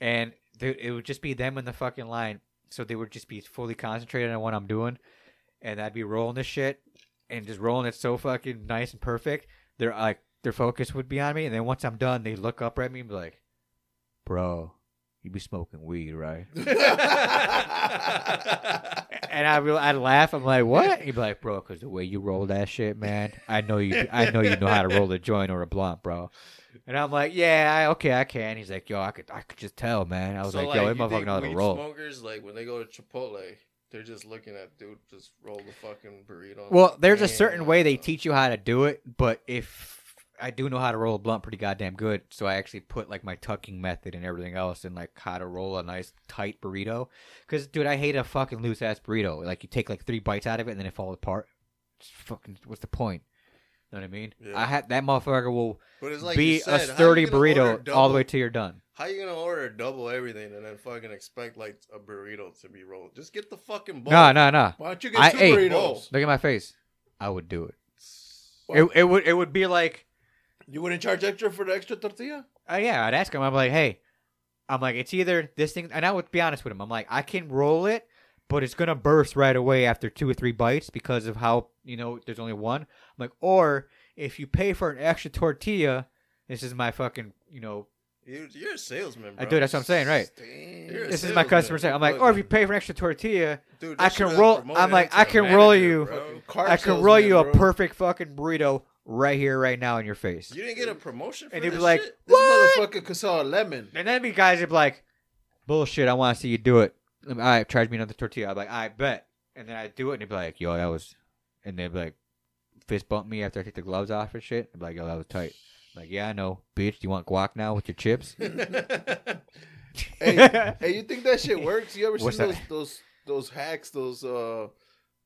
[SPEAKER 1] and they, it would just be them in the fucking line, so they would just be fully concentrated on what I'm doing, and I'd be rolling this shit, and just rolling it so fucking nice and perfect. They're like their focus would be on me, and then once I'm done, they look up at me and be like, "Bro, you be smoking weed, right?" and I would I'd laugh. I'm like, what? He'd be like, bro, because the way you roll that shit, man, I know you, I know you know how to roll a joint or a blunt, bro. And I'm like, yeah, I, okay, I can. He's like, yo, I could, I could just tell, man. I was
[SPEAKER 3] So,
[SPEAKER 1] like, yo,
[SPEAKER 3] you
[SPEAKER 1] this motherfucker
[SPEAKER 3] think
[SPEAKER 1] know how to
[SPEAKER 3] weed
[SPEAKER 1] roll.
[SPEAKER 3] Smokers, like when they go to Chipotle, they're just looking at dude, just roll the fucking burrito.
[SPEAKER 1] Well, there's a
[SPEAKER 3] Man,
[SPEAKER 1] certain way they
[SPEAKER 3] uh,
[SPEAKER 1] teach you how to do it, but if I do know how to roll a blunt pretty goddamn good, so I actually put like my tucking method and everything else, and like how to roll a nice tight burrito. Because dude, I hate a fucking loose ass burrito. Like you take like three bites out of it and then it falls apart. It's fucking what's the point? Know what I mean?
[SPEAKER 3] Yeah.
[SPEAKER 1] I had that motherfucker will
[SPEAKER 3] But it's like
[SPEAKER 1] be
[SPEAKER 3] you said,
[SPEAKER 1] a
[SPEAKER 3] how
[SPEAKER 1] sturdy
[SPEAKER 3] you gonna order
[SPEAKER 1] burrito all the
[SPEAKER 3] double-
[SPEAKER 1] way till you're done.
[SPEAKER 3] How you gonna order double everything and then fucking expect like a burrito to be rolled? Just get the fucking bowl.
[SPEAKER 1] No, no, no.
[SPEAKER 2] Why don't you get
[SPEAKER 1] I
[SPEAKER 2] two
[SPEAKER 1] ate.
[SPEAKER 2] burritos?
[SPEAKER 1] Look at my face. I would do it.
[SPEAKER 2] What?
[SPEAKER 1] It, it would it would be like
[SPEAKER 2] You wouldn't charge extra for the extra tortilla?
[SPEAKER 1] uh, yeah, I'd ask him. I'm like, hey, I'm like, it's either this thing, and I would be honest with him. I'm like, I can roll it, but it's gonna burst right away after two or three bites because of how you know there's only one. I'm like, or if you pay for an extra tortilla, this is my fucking you know,
[SPEAKER 3] You, you're a salesman,
[SPEAKER 1] I
[SPEAKER 3] bro.
[SPEAKER 1] do. That's what I'm saying, right?
[SPEAKER 3] You're a
[SPEAKER 1] This is my
[SPEAKER 3] salesman.
[SPEAKER 1] customer saying. I'm like, or if you pay for an extra tortilla,
[SPEAKER 3] Dude,
[SPEAKER 1] I
[SPEAKER 3] that
[SPEAKER 1] can
[SPEAKER 3] should've
[SPEAKER 1] roll-
[SPEAKER 3] promoted
[SPEAKER 1] I'm like,
[SPEAKER 3] into
[SPEAKER 1] I
[SPEAKER 3] a
[SPEAKER 1] can
[SPEAKER 3] manager,
[SPEAKER 1] roll you.
[SPEAKER 3] bro.
[SPEAKER 2] Car
[SPEAKER 1] I can roll
[SPEAKER 2] salesman,
[SPEAKER 1] you a
[SPEAKER 2] bro.
[SPEAKER 1] perfect fucking burrito right here, right now in your face.
[SPEAKER 3] You didn't get a promotion for
[SPEAKER 1] And he'd be
[SPEAKER 3] this
[SPEAKER 1] like,
[SPEAKER 3] shit?
[SPEAKER 2] This
[SPEAKER 1] what?
[SPEAKER 2] motherfucker could sell a lemon.
[SPEAKER 1] And then be guys would be like, bullshit, I want to see you do it. All right, charge me another tortilla. I'm like, I bet. And then I do it, and they'd be like, yo, that was. And they'd be like, fist bump me after I take the gloves off and shit. I'd be like, yo, that was tight. I'm like, yeah, I know. Bitch, do you want guac now with your chips?
[SPEAKER 2] hey, hey, you think that shit works? You ever
[SPEAKER 1] What's
[SPEAKER 2] seen those
[SPEAKER 1] that?
[SPEAKER 2] those those hacks? Those uh,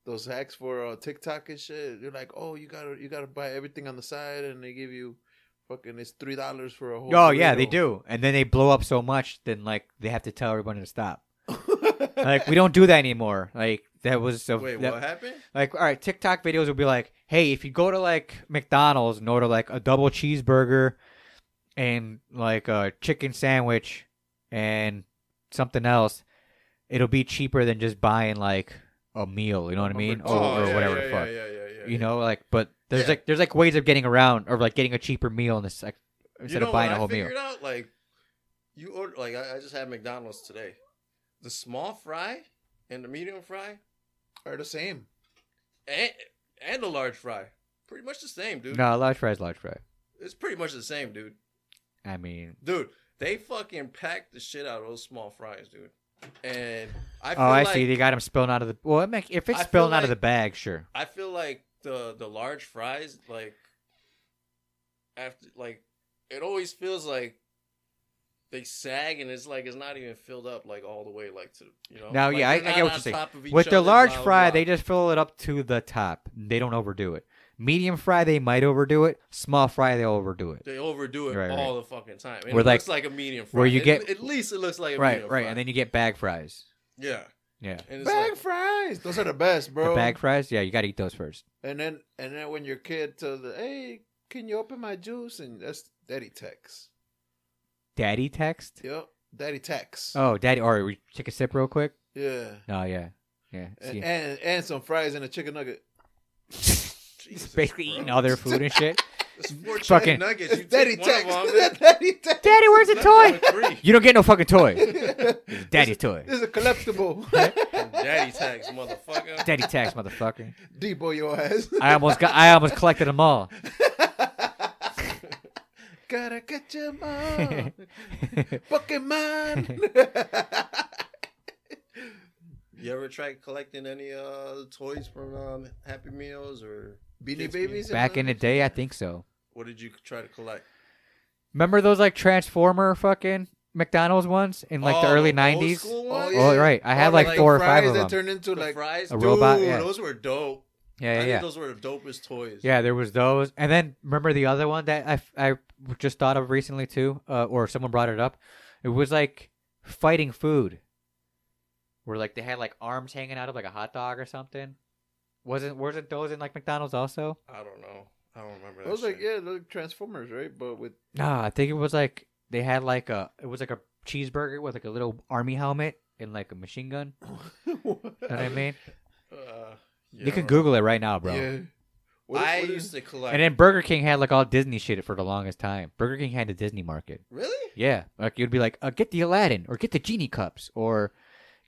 [SPEAKER 2] those hacks for uh, TikTok and shit. You're like, oh, you gotta you gotta buy everything on the side, and they give you fucking it's three dollars for a whole.
[SPEAKER 1] oh, yeah, they
[SPEAKER 2] burrito.
[SPEAKER 1] do. And then they blow up so much, then, like, they have to tell everybody to stop. like, we don't do that anymore. Like, that was. A,
[SPEAKER 3] Wait,
[SPEAKER 1] that-
[SPEAKER 3] what happened?
[SPEAKER 1] Like, all right, TikTok videos will be like, hey, if you go to like McDonald's and order like a double cheeseburger and like a chicken sandwich and something else, it'll be cheaper than just buying like a meal. You know what I mean? Or, or
[SPEAKER 3] Oh, yeah,
[SPEAKER 1] whatever
[SPEAKER 3] yeah,
[SPEAKER 1] the fuck.
[SPEAKER 3] Yeah, yeah, yeah, yeah,
[SPEAKER 1] You know, like, but there's
[SPEAKER 3] Yeah.
[SPEAKER 1] like there's like ways of getting around or like getting a cheaper meal in this, like,
[SPEAKER 3] You
[SPEAKER 1] instead
[SPEAKER 3] know
[SPEAKER 1] of buying
[SPEAKER 3] what
[SPEAKER 1] a whole
[SPEAKER 3] I
[SPEAKER 1] meal.
[SPEAKER 3] figured out like you order like I, I just had McDonald's today. The small fry and the medium fry
[SPEAKER 2] are the same.
[SPEAKER 3] and and the large fry, pretty much the same, dude.
[SPEAKER 1] No, large fries, large fry.
[SPEAKER 3] It's pretty much the same, dude.
[SPEAKER 1] I mean,
[SPEAKER 3] Dude, they fucking packed the shit out of those small fries, dude. And I feel
[SPEAKER 1] oh, I
[SPEAKER 3] like,
[SPEAKER 1] see. They got them spilling out of the. Well, it make, if
[SPEAKER 3] I
[SPEAKER 1] it's
[SPEAKER 3] feel
[SPEAKER 1] spilling out of the
[SPEAKER 3] like-
[SPEAKER 1] bag, sure.
[SPEAKER 3] I feel like the the large fries like after like it always feels like they sag and it's like it's not even filled up like all the way like to you know.
[SPEAKER 1] No,
[SPEAKER 3] Like,
[SPEAKER 1] yeah, I, I
[SPEAKER 3] they're not
[SPEAKER 1] get what
[SPEAKER 3] on
[SPEAKER 1] you're saying.
[SPEAKER 3] top of each
[SPEAKER 1] With the
[SPEAKER 3] other,
[SPEAKER 1] large
[SPEAKER 3] blah,
[SPEAKER 1] fry,
[SPEAKER 3] blah.
[SPEAKER 1] they just fill it up to the top. They don't overdo it. Medium fry, they might overdo it. Small fry, they overdo it.
[SPEAKER 3] They overdo it
[SPEAKER 1] Right,
[SPEAKER 3] all the fucking time. And
[SPEAKER 1] Where
[SPEAKER 3] it
[SPEAKER 1] like-
[SPEAKER 3] looks like a medium fry.
[SPEAKER 1] where you
[SPEAKER 3] It-
[SPEAKER 1] get-
[SPEAKER 3] at least it looks like a
[SPEAKER 1] Right,
[SPEAKER 3] medium
[SPEAKER 1] right.
[SPEAKER 3] fry.
[SPEAKER 1] And then you get bag fries.
[SPEAKER 3] yeah,
[SPEAKER 1] Yeah.
[SPEAKER 3] and it's
[SPEAKER 2] Bag
[SPEAKER 3] like,
[SPEAKER 2] fries. Those are the best, bro.
[SPEAKER 1] The bag fries, yeah, you got to eat those first.
[SPEAKER 2] And then and then when your kid tells the hey, can you open my juice? And that's daddy text.
[SPEAKER 1] Daddy text?
[SPEAKER 2] Yep. Daddy text.
[SPEAKER 1] Oh, daddy. All right, we take a sip real quick.
[SPEAKER 2] Yeah.
[SPEAKER 1] Oh, yeah. Yeah.
[SPEAKER 2] And,
[SPEAKER 1] See,
[SPEAKER 2] and and some fries and a chicken nugget.
[SPEAKER 3] Jesus,
[SPEAKER 1] basically
[SPEAKER 3] bro.
[SPEAKER 1] eating all their food and shit.
[SPEAKER 3] It's four chicken
[SPEAKER 1] Fucking-
[SPEAKER 3] nuggets.
[SPEAKER 2] It's
[SPEAKER 3] You
[SPEAKER 2] daddy
[SPEAKER 3] take one
[SPEAKER 2] text.
[SPEAKER 3] of them.
[SPEAKER 2] That's daddy text.
[SPEAKER 1] Daddy, where's the toy?
[SPEAKER 3] Three.
[SPEAKER 1] You don't get no fucking toy. It's daddy's toy.
[SPEAKER 2] This is a collectible.
[SPEAKER 3] Daddy tags, motherfucker.
[SPEAKER 1] Daddy tax, motherfucker.
[SPEAKER 2] Debo your ass.
[SPEAKER 1] I almost got. I almost collected them all.
[SPEAKER 2] Gotta catch 'em all. Pokemon.
[SPEAKER 3] You ever tried collecting any uh toys from um, Happy Meals or
[SPEAKER 2] Beanie
[SPEAKER 3] Kids
[SPEAKER 2] Babies. and
[SPEAKER 1] Back
[SPEAKER 2] all
[SPEAKER 1] in the
[SPEAKER 2] that
[SPEAKER 1] day, I think so.
[SPEAKER 3] what did you try to collect?
[SPEAKER 1] Remember those like Transformer fucking McDonald's ones in like the
[SPEAKER 3] Oh,
[SPEAKER 1] early
[SPEAKER 3] old
[SPEAKER 1] nineties?
[SPEAKER 3] school
[SPEAKER 2] Oh,
[SPEAKER 3] ones?
[SPEAKER 2] yeah.
[SPEAKER 1] Oh, right. I had
[SPEAKER 2] Oh,
[SPEAKER 1] like,
[SPEAKER 2] the
[SPEAKER 1] four or five
[SPEAKER 2] fries
[SPEAKER 1] of them.
[SPEAKER 2] that turned into
[SPEAKER 3] The
[SPEAKER 2] like
[SPEAKER 3] fries,
[SPEAKER 1] a robot,
[SPEAKER 3] Dude,
[SPEAKER 1] yeah.
[SPEAKER 3] Those were dope. I
[SPEAKER 1] yeah, yeah,
[SPEAKER 3] think
[SPEAKER 1] yeah.
[SPEAKER 3] those were the dopest toys.
[SPEAKER 1] Yeah, there was those, and then remember the other one that I f- I just thought of recently too, uh, or someone brought it up. It was like fighting food, where like they had like arms hanging out of like a hot dog or something. Wasn't wasn't those in like McDonald's also?
[SPEAKER 3] I don't know. I don't remember. That
[SPEAKER 2] Those like
[SPEAKER 3] shit.
[SPEAKER 2] yeah, those Transformers, right? But with
[SPEAKER 1] Nah, I think it was like they had like a it was like a cheeseburger with like a little army helmet and like a machine gun. You know what I mean?
[SPEAKER 3] Uh, yeah,
[SPEAKER 1] you can
[SPEAKER 3] bro.
[SPEAKER 1] Google it right now, bro.
[SPEAKER 2] yeah. What-
[SPEAKER 3] I
[SPEAKER 2] what is-
[SPEAKER 3] used to collect.
[SPEAKER 1] And then Burger King had like all Disney shit for the longest time. Burger King had the Disney market.
[SPEAKER 3] really?
[SPEAKER 1] Yeah, like you'd be like, uh, get the Aladdin or get the genie cups or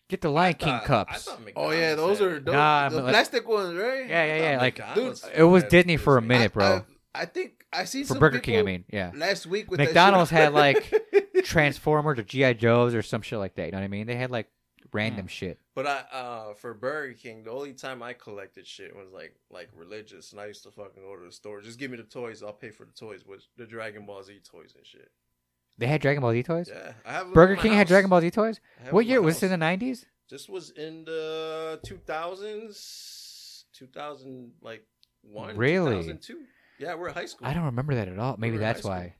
[SPEAKER 1] get the Lion King
[SPEAKER 3] Thought- I
[SPEAKER 1] cups.
[SPEAKER 3] thought
[SPEAKER 2] Oh yeah, those
[SPEAKER 3] McDonald's had
[SPEAKER 2] are
[SPEAKER 3] it.
[SPEAKER 2] those,
[SPEAKER 1] Nah,
[SPEAKER 2] the
[SPEAKER 1] but like-
[SPEAKER 2] plastic ones, right? Uh,
[SPEAKER 1] Yeah, yeah, yeah.
[SPEAKER 3] Thought
[SPEAKER 1] Like
[SPEAKER 3] McDonald's
[SPEAKER 1] it was
[SPEAKER 3] had
[SPEAKER 1] Disney for a
[SPEAKER 3] Disney.
[SPEAKER 1] minute, bro.
[SPEAKER 2] I, I think I seen
[SPEAKER 1] For
[SPEAKER 2] some
[SPEAKER 1] Burger King, I
[SPEAKER 2] people
[SPEAKER 1] mean, yeah.
[SPEAKER 2] Last week with that shit.
[SPEAKER 1] McDonald's had like Transformers or GI Joes or some shit like that. You know what I mean? They had like
[SPEAKER 3] Hmm.
[SPEAKER 1] random shit.
[SPEAKER 3] But I uh for Burger King, the only time I collected shit was like like religious, and I used to fucking go to the store. Just give me the toys, I'll pay for the toys, with the Dragon Ball Z toys and shit.
[SPEAKER 1] They had Dragon Ball Z toys.
[SPEAKER 3] Yeah, I have 'em
[SPEAKER 1] Burger
[SPEAKER 3] in my
[SPEAKER 1] King had
[SPEAKER 3] house.
[SPEAKER 1] Dragon Ball Z toys.
[SPEAKER 3] I have 'em
[SPEAKER 1] What
[SPEAKER 3] in
[SPEAKER 1] year
[SPEAKER 3] my
[SPEAKER 1] was this? In the
[SPEAKER 3] house.
[SPEAKER 1] nineties?
[SPEAKER 3] This was in the two thousands, two thousand like one,
[SPEAKER 1] Really?
[SPEAKER 3] two thousand two. Yeah, we're in high school.
[SPEAKER 1] I don't remember that at all. Maybe
[SPEAKER 3] were in
[SPEAKER 1] that's
[SPEAKER 3] high school.
[SPEAKER 1] why.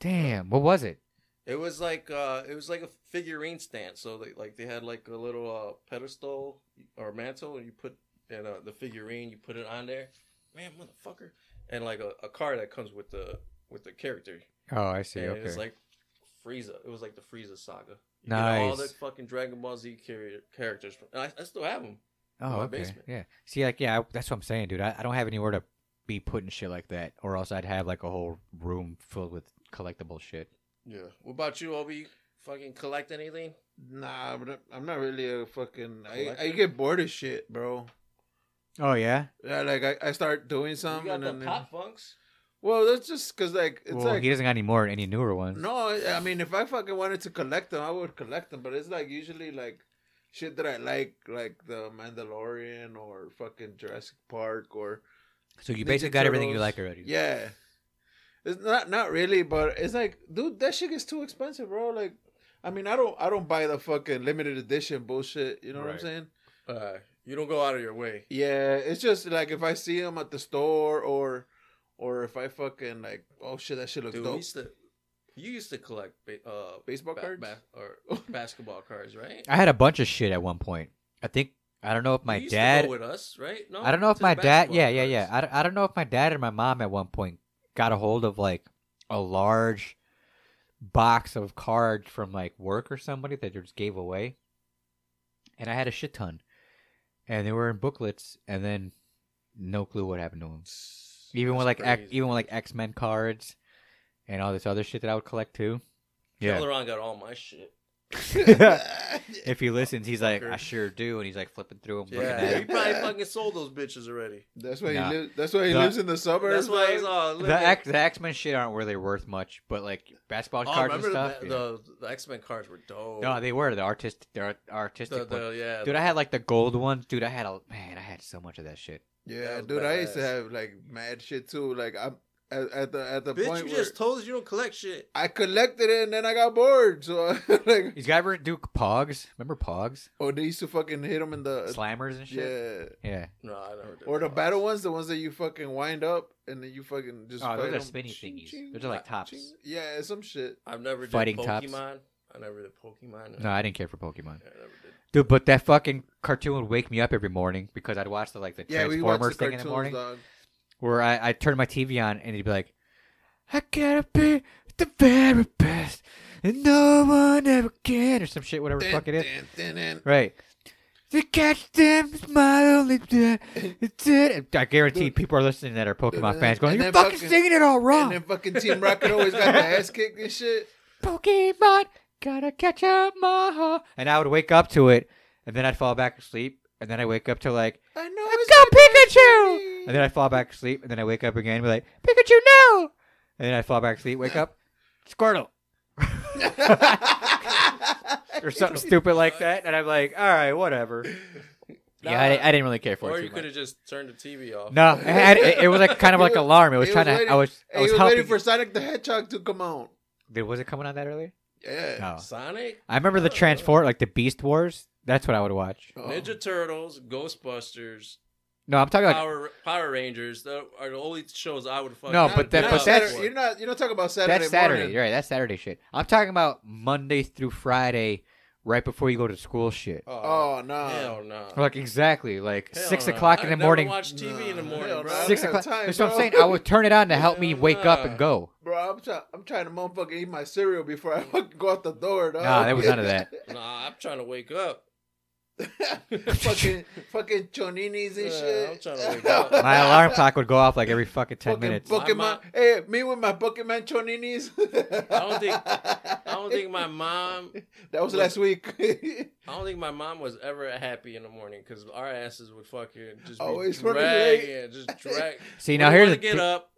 [SPEAKER 1] Damn, what was it?
[SPEAKER 3] It was like uh, it was like a figurine stand. So they, like they had like a little uh, pedestal or mantle, and you put and uh, the figurine, you put it on there. Man, motherfucker, and like a, a car that comes with the with the character.
[SPEAKER 1] Oh, I see.
[SPEAKER 3] And
[SPEAKER 1] okay.
[SPEAKER 3] it was like Frieza. It was like the Frieza saga. You get all the
[SPEAKER 1] Nice. fucking
[SPEAKER 3] fucking Dragon Ball Z char- characters, from, and I, I still have them.
[SPEAKER 1] oh,
[SPEAKER 3] my
[SPEAKER 1] okay.
[SPEAKER 3] basement.
[SPEAKER 1] Yeah. See, like, yeah, I, that's what I'm saying, dude. I, I don't have anywhere to be putting shit like that, or else I'd have like a whole room filled with collectible shit.
[SPEAKER 3] Yeah. What about you, Obi? Fucking collect anything?
[SPEAKER 2] Nah, but I'm not really a fucking. I,
[SPEAKER 3] Collector?
[SPEAKER 2] I get bored of shit, bro.
[SPEAKER 1] Oh yeah.
[SPEAKER 2] Yeah, like I, I start doing
[SPEAKER 3] You
[SPEAKER 2] something
[SPEAKER 3] got
[SPEAKER 2] and
[SPEAKER 3] the
[SPEAKER 2] then
[SPEAKER 3] pop funks.
[SPEAKER 2] well, that's just cause like it's
[SPEAKER 1] well,
[SPEAKER 2] like
[SPEAKER 1] he doesn't got any more, any newer ones.
[SPEAKER 2] no, I mean if I fucking wanted to collect them, I would collect them, but it's like usually like shit that I like, like the Mandalorian or fucking Jurassic Park or
[SPEAKER 1] So you
[SPEAKER 2] Ninja
[SPEAKER 1] basically got everything you
[SPEAKER 2] Turtles.
[SPEAKER 1] like already.
[SPEAKER 2] yeah. It's not not really, but it's like, dude, that shit gets too expensive, bro. Like, I mean, I don't I don't buy the fucking limited edition bullshit. You know what I'm
[SPEAKER 3] Right.
[SPEAKER 2] saying?
[SPEAKER 3] Uh, you don't go out of your way.
[SPEAKER 2] Yeah, it's just like if I see them at the store or or if I fucking like, oh shit, that shit looks
[SPEAKER 3] Dude, we
[SPEAKER 2] dope.
[SPEAKER 3] used to, you used to collect ba- uh,
[SPEAKER 2] Baseball
[SPEAKER 3] ba-
[SPEAKER 2] cards.
[SPEAKER 3] ba- or basketball cards, right?
[SPEAKER 1] I had a bunch of shit at one point. I think I don't know if my
[SPEAKER 3] You used to go
[SPEAKER 1] dad.
[SPEAKER 3] with us, right? No,
[SPEAKER 1] I don't know
[SPEAKER 3] to
[SPEAKER 1] if
[SPEAKER 3] the
[SPEAKER 1] my dad.
[SPEAKER 3] Oh, basketball
[SPEAKER 1] Yeah, yeah, yeah.
[SPEAKER 3] cards.
[SPEAKER 1] I don't, I don't know if my dad and my mom at one point got a hold of like a large box of cards from like work or somebody that they just gave away, and I had a shit ton, and they were in booklets, and then no clue what happened to them. Even with like E, X,
[SPEAKER 3] That's crazy.
[SPEAKER 1] even with like X Men cards, and all this other shit that I would collect too. Yeah.
[SPEAKER 3] Calderon got all my shit.
[SPEAKER 1] if he listens, he's like, I
[SPEAKER 3] Fucker.
[SPEAKER 1] sure do, and he's like flipping through them, looking at
[SPEAKER 3] Yeah,
[SPEAKER 1] it.
[SPEAKER 3] he probably fucking sold those bitches already.
[SPEAKER 2] That's why
[SPEAKER 1] Nah.
[SPEAKER 2] he lives. That's why he
[SPEAKER 1] The-
[SPEAKER 2] lives in the suburbs.
[SPEAKER 3] That's why he's
[SPEAKER 2] bro.
[SPEAKER 3] all.
[SPEAKER 1] The X, the X Men shit aren't really worth much, but like basketball
[SPEAKER 3] oh,
[SPEAKER 1] cards and
[SPEAKER 3] remember the,
[SPEAKER 1] stuff.
[SPEAKER 3] ba-
[SPEAKER 1] yeah.
[SPEAKER 3] the, the X Men cards were dope.
[SPEAKER 1] no, they were the artistic, the art-
[SPEAKER 3] the,
[SPEAKER 1] artistic.
[SPEAKER 3] the,
[SPEAKER 1] one.
[SPEAKER 3] yeah,
[SPEAKER 2] uh,
[SPEAKER 1] Dude, I had like the gold ones. Dude, I had a man. I had so much of that shit.
[SPEAKER 2] yeah,
[SPEAKER 3] That was
[SPEAKER 2] dude. I used to
[SPEAKER 3] badass.
[SPEAKER 2] have like mad shit too. Like I'm. at, at the at the
[SPEAKER 3] Bitch,
[SPEAKER 2] point
[SPEAKER 3] you
[SPEAKER 2] where
[SPEAKER 3] just told us you don't collect shit.
[SPEAKER 2] I collected it and then I got bored. So I, like,
[SPEAKER 1] These guys ever do Pogs? Remember Pogs?
[SPEAKER 2] oh, they used to fucking hit them in the
[SPEAKER 1] Slammers and shit.
[SPEAKER 2] Uh, yeah,
[SPEAKER 1] Yeah.
[SPEAKER 3] No, I never did.
[SPEAKER 2] or the
[SPEAKER 3] that.
[SPEAKER 2] battle ones, the ones that you fucking wind up and then you fucking just.
[SPEAKER 1] Oh, those
[SPEAKER 2] fight
[SPEAKER 1] are
[SPEAKER 2] 'em.
[SPEAKER 1] spinny
[SPEAKER 2] Ching,
[SPEAKER 1] thingies.
[SPEAKER 2] ching,
[SPEAKER 1] Those are like
[SPEAKER 2] ah,
[SPEAKER 1] tops.
[SPEAKER 2] ching. Yeah, some shit.
[SPEAKER 3] I've never
[SPEAKER 1] Fighting
[SPEAKER 3] did
[SPEAKER 1] tops.
[SPEAKER 3] Pokemon. I never did Pokemon.
[SPEAKER 1] No, I didn't care for Pokemon,
[SPEAKER 3] I never did.
[SPEAKER 1] dude. But that fucking cartoon would wake me up every morning because I'd watch the like the
[SPEAKER 2] Yeah, we watched the
[SPEAKER 1] Transformers thing
[SPEAKER 2] cartoons,
[SPEAKER 1] in the morning,
[SPEAKER 2] dog.
[SPEAKER 1] where I I turn my TV on and it'd be like, I gotta be the very best, and no one ever can, or some shit, whatever the fuck it is.
[SPEAKER 2] Dun, dun, dun, dun.
[SPEAKER 1] Right. To catch them is my only de- de- I guarantee people are listening that are Pokemon fans going,
[SPEAKER 2] And
[SPEAKER 1] You're
[SPEAKER 2] then
[SPEAKER 1] fucking
[SPEAKER 2] fucking-
[SPEAKER 1] singing it all
[SPEAKER 2] And
[SPEAKER 1] wrong.
[SPEAKER 2] then fucking Team Rocket always got the ass kicked and shit.
[SPEAKER 1] Pokemon, gotta catch up my heart. And I would wake up to it, and then I'd fall back asleep, and then I wake up to like,
[SPEAKER 2] I know.
[SPEAKER 1] I
[SPEAKER 2] it's
[SPEAKER 1] got
[SPEAKER 2] gonna be
[SPEAKER 1] Pikachu!
[SPEAKER 2] me.
[SPEAKER 1] And then I fall back asleep, and then I wake up again, and be like, Pikachu, no! And then I fall back asleep, wake up, Squirtle. or something stupid like that, and I'm like, all right, whatever. Yeah, I, I didn't really care for
[SPEAKER 3] Or
[SPEAKER 1] it.
[SPEAKER 3] you
[SPEAKER 1] too much.
[SPEAKER 3] could have just turned the TV off.
[SPEAKER 1] No, it, had, it, it was like kind of like alarm. It was
[SPEAKER 2] He
[SPEAKER 1] trying to.
[SPEAKER 2] waiting-
[SPEAKER 1] I was. I
[SPEAKER 2] He
[SPEAKER 1] was,
[SPEAKER 2] was
[SPEAKER 1] helping.
[SPEAKER 2] waiting for Sonic the Hedgehog to come on.
[SPEAKER 1] Dude, was it coming on that early?
[SPEAKER 2] Yeah.
[SPEAKER 1] No.
[SPEAKER 3] Sonic,
[SPEAKER 1] I remember the transport, like the Beast Wars. That's what I would watch.
[SPEAKER 2] Oh.
[SPEAKER 3] Ninja Turtles, Ghostbusters,
[SPEAKER 1] No, I'm talking like
[SPEAKER 3] Power Power Rangers. That are the only shows I would fucking.
[SPEAKER 1] No,
[SPEAKER 2] Not-
[SPEAKER 1] but that-
[SPEAKER 2] not
[SPEAKER 1] but that's-
[SPEAKER 2] Saturday- you're not you're not talking about Saturday.
[SPEAKER 1] that's Saturday,
[SPEAKER 2] morning.
[SPEAKER 1] right? That's Saturday shit. I'm talking about Monday through Friday, right before you go to school shit.
[SPEAKER 3] Oh,
[SPEAKER 2] Oh no.
[SPEAKER 3] hell no.
[SPEAKER 1] Like exactly, like
[SPEAKER 3] Hell
[SPEAKER 1] six
[SPEAKER 3] no.
[SPEAKER 1] o'clock in
[SPEAKER 3] I
[SPEAKER 1] the
[SPEAKER 3] never
[SPEAKER 1] morning.
[SPEAKER 3] Watch TV in the
[SPEAKER 2] Nah,
[SPEAKER 3] morning,
[SPEAKER 2] hell
[SPEAKER 3] bro.
[SPEAKER 2] no.
[SPEAKER 1] Six
[SPEAKER 2] I don't
[SPEAKER 1] o'clock.
[SPEAKER 2] have time,
[SPEAKER 1] That's what I'm
[SPEAKER 2] bro.
[SPEAKER 1] saying. I would turn it on to help me
[SPEAKER 3] Hell
[SPEAKER 1] wake up and
[SPEAKER 3] nah.
[SPEAKER 1] go.
[SPEAKER 2] Bro, I'm trying. I'm trying to motherfucking eat my cereal before I fucking go out the door. Dog.
[SPEAKER 1] Nah, there was none of that.
[SPEAKER 3] Nah, I'm trying to wake up.
[SPEAKER 2] fucking fucking choninis and
[SPEAKER 3] Yeah,
[SPEAKER 2] shit.
[SPEAKER 3] I'm trying to wake up.
[SPEAKER 1] My alarm clock would go off like every fucking ten
[SPEAKER 2] Fucking
[SPEAKER 1] minutes.
[SPEAKER 2] Pokemon.
[SPEAKER 3] My mom-
[SPEAKER 2] hey, me with my Pokemon choninis.
[SPEAKER 3] I don't think. I don't think my mom.
[SPEAKER 2] that was last week.
[SPEAKER 3] I don't think my mom was ever happy in the morning because our asses would fucking just be
[SPEAKER 2] Always fucking late.
[SPEAKER 3] dragging, just drag.
[SPEAKER 1] See, now
[SPEAKER 3] Wouldn't
[SPEAKER 1] here's
[SPEAKER 3] wanna
[SPEAKER 1] the
[SPEAKER 3] get
[SPEAKER 1] thi-
[SPEAKER 3] up.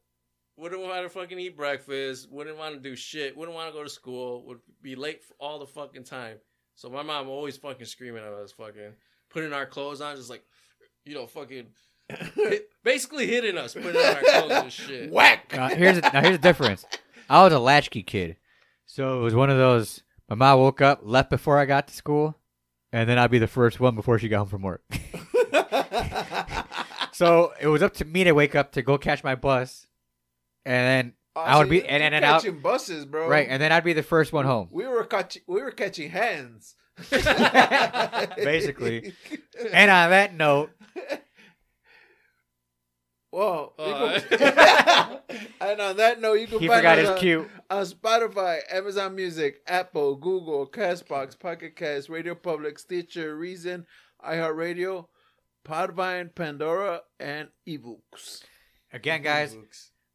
[SPEAKER 3] Wouldn't want to fucking eat breakfast. Wouldn't want to do shit. Wouldn't want to go to school. Would be late for all the fucking time. So my mom always fucking screaming at us, fucking putting our clothes on, just like you know, fucking hit, basically hitting us, putting on our clothes and shit.
[SPEAKER 2] Whack.
[SPEAKER 1] now, here's now here's the difference. I was a latchkey kid, so it was one of those. My mom woke up, left before I got to school, and then I'd be the first one before she got home from work. so it was up to me to wake up to go catch my bus, and then I would be and in and out
[SPEAKER 2] Oh, catching buses, bro.
[SPEAKER 1] right, and then I'd be the first one home.
[SPEAKER 2] we were catching we were catching hands.
[SPEAKER 1] Basically. And on that note,
[SPEAKER 2] Whoa. you
[SPEAKER 3] Uh,
[SPEAKER 2] can- and on that note, you can
[SPEAKER 1] he
[SPEAKER 2] find
[SPEAKER 1] forgot
[SPEAKER 2] us
[SPEAKER 1] his
[SPEAKER 2] on-
[SPEAKER 1] cue.
[SPEAKER 2] on Spotify, Amazon Music, Apple, Google, Castbox, Pocket Cast, Radio Public, Stitcher, Reason, iHeartRadio, Podvine, Pandora, and Ebooks.
[SPEAKER 1] Again, guys,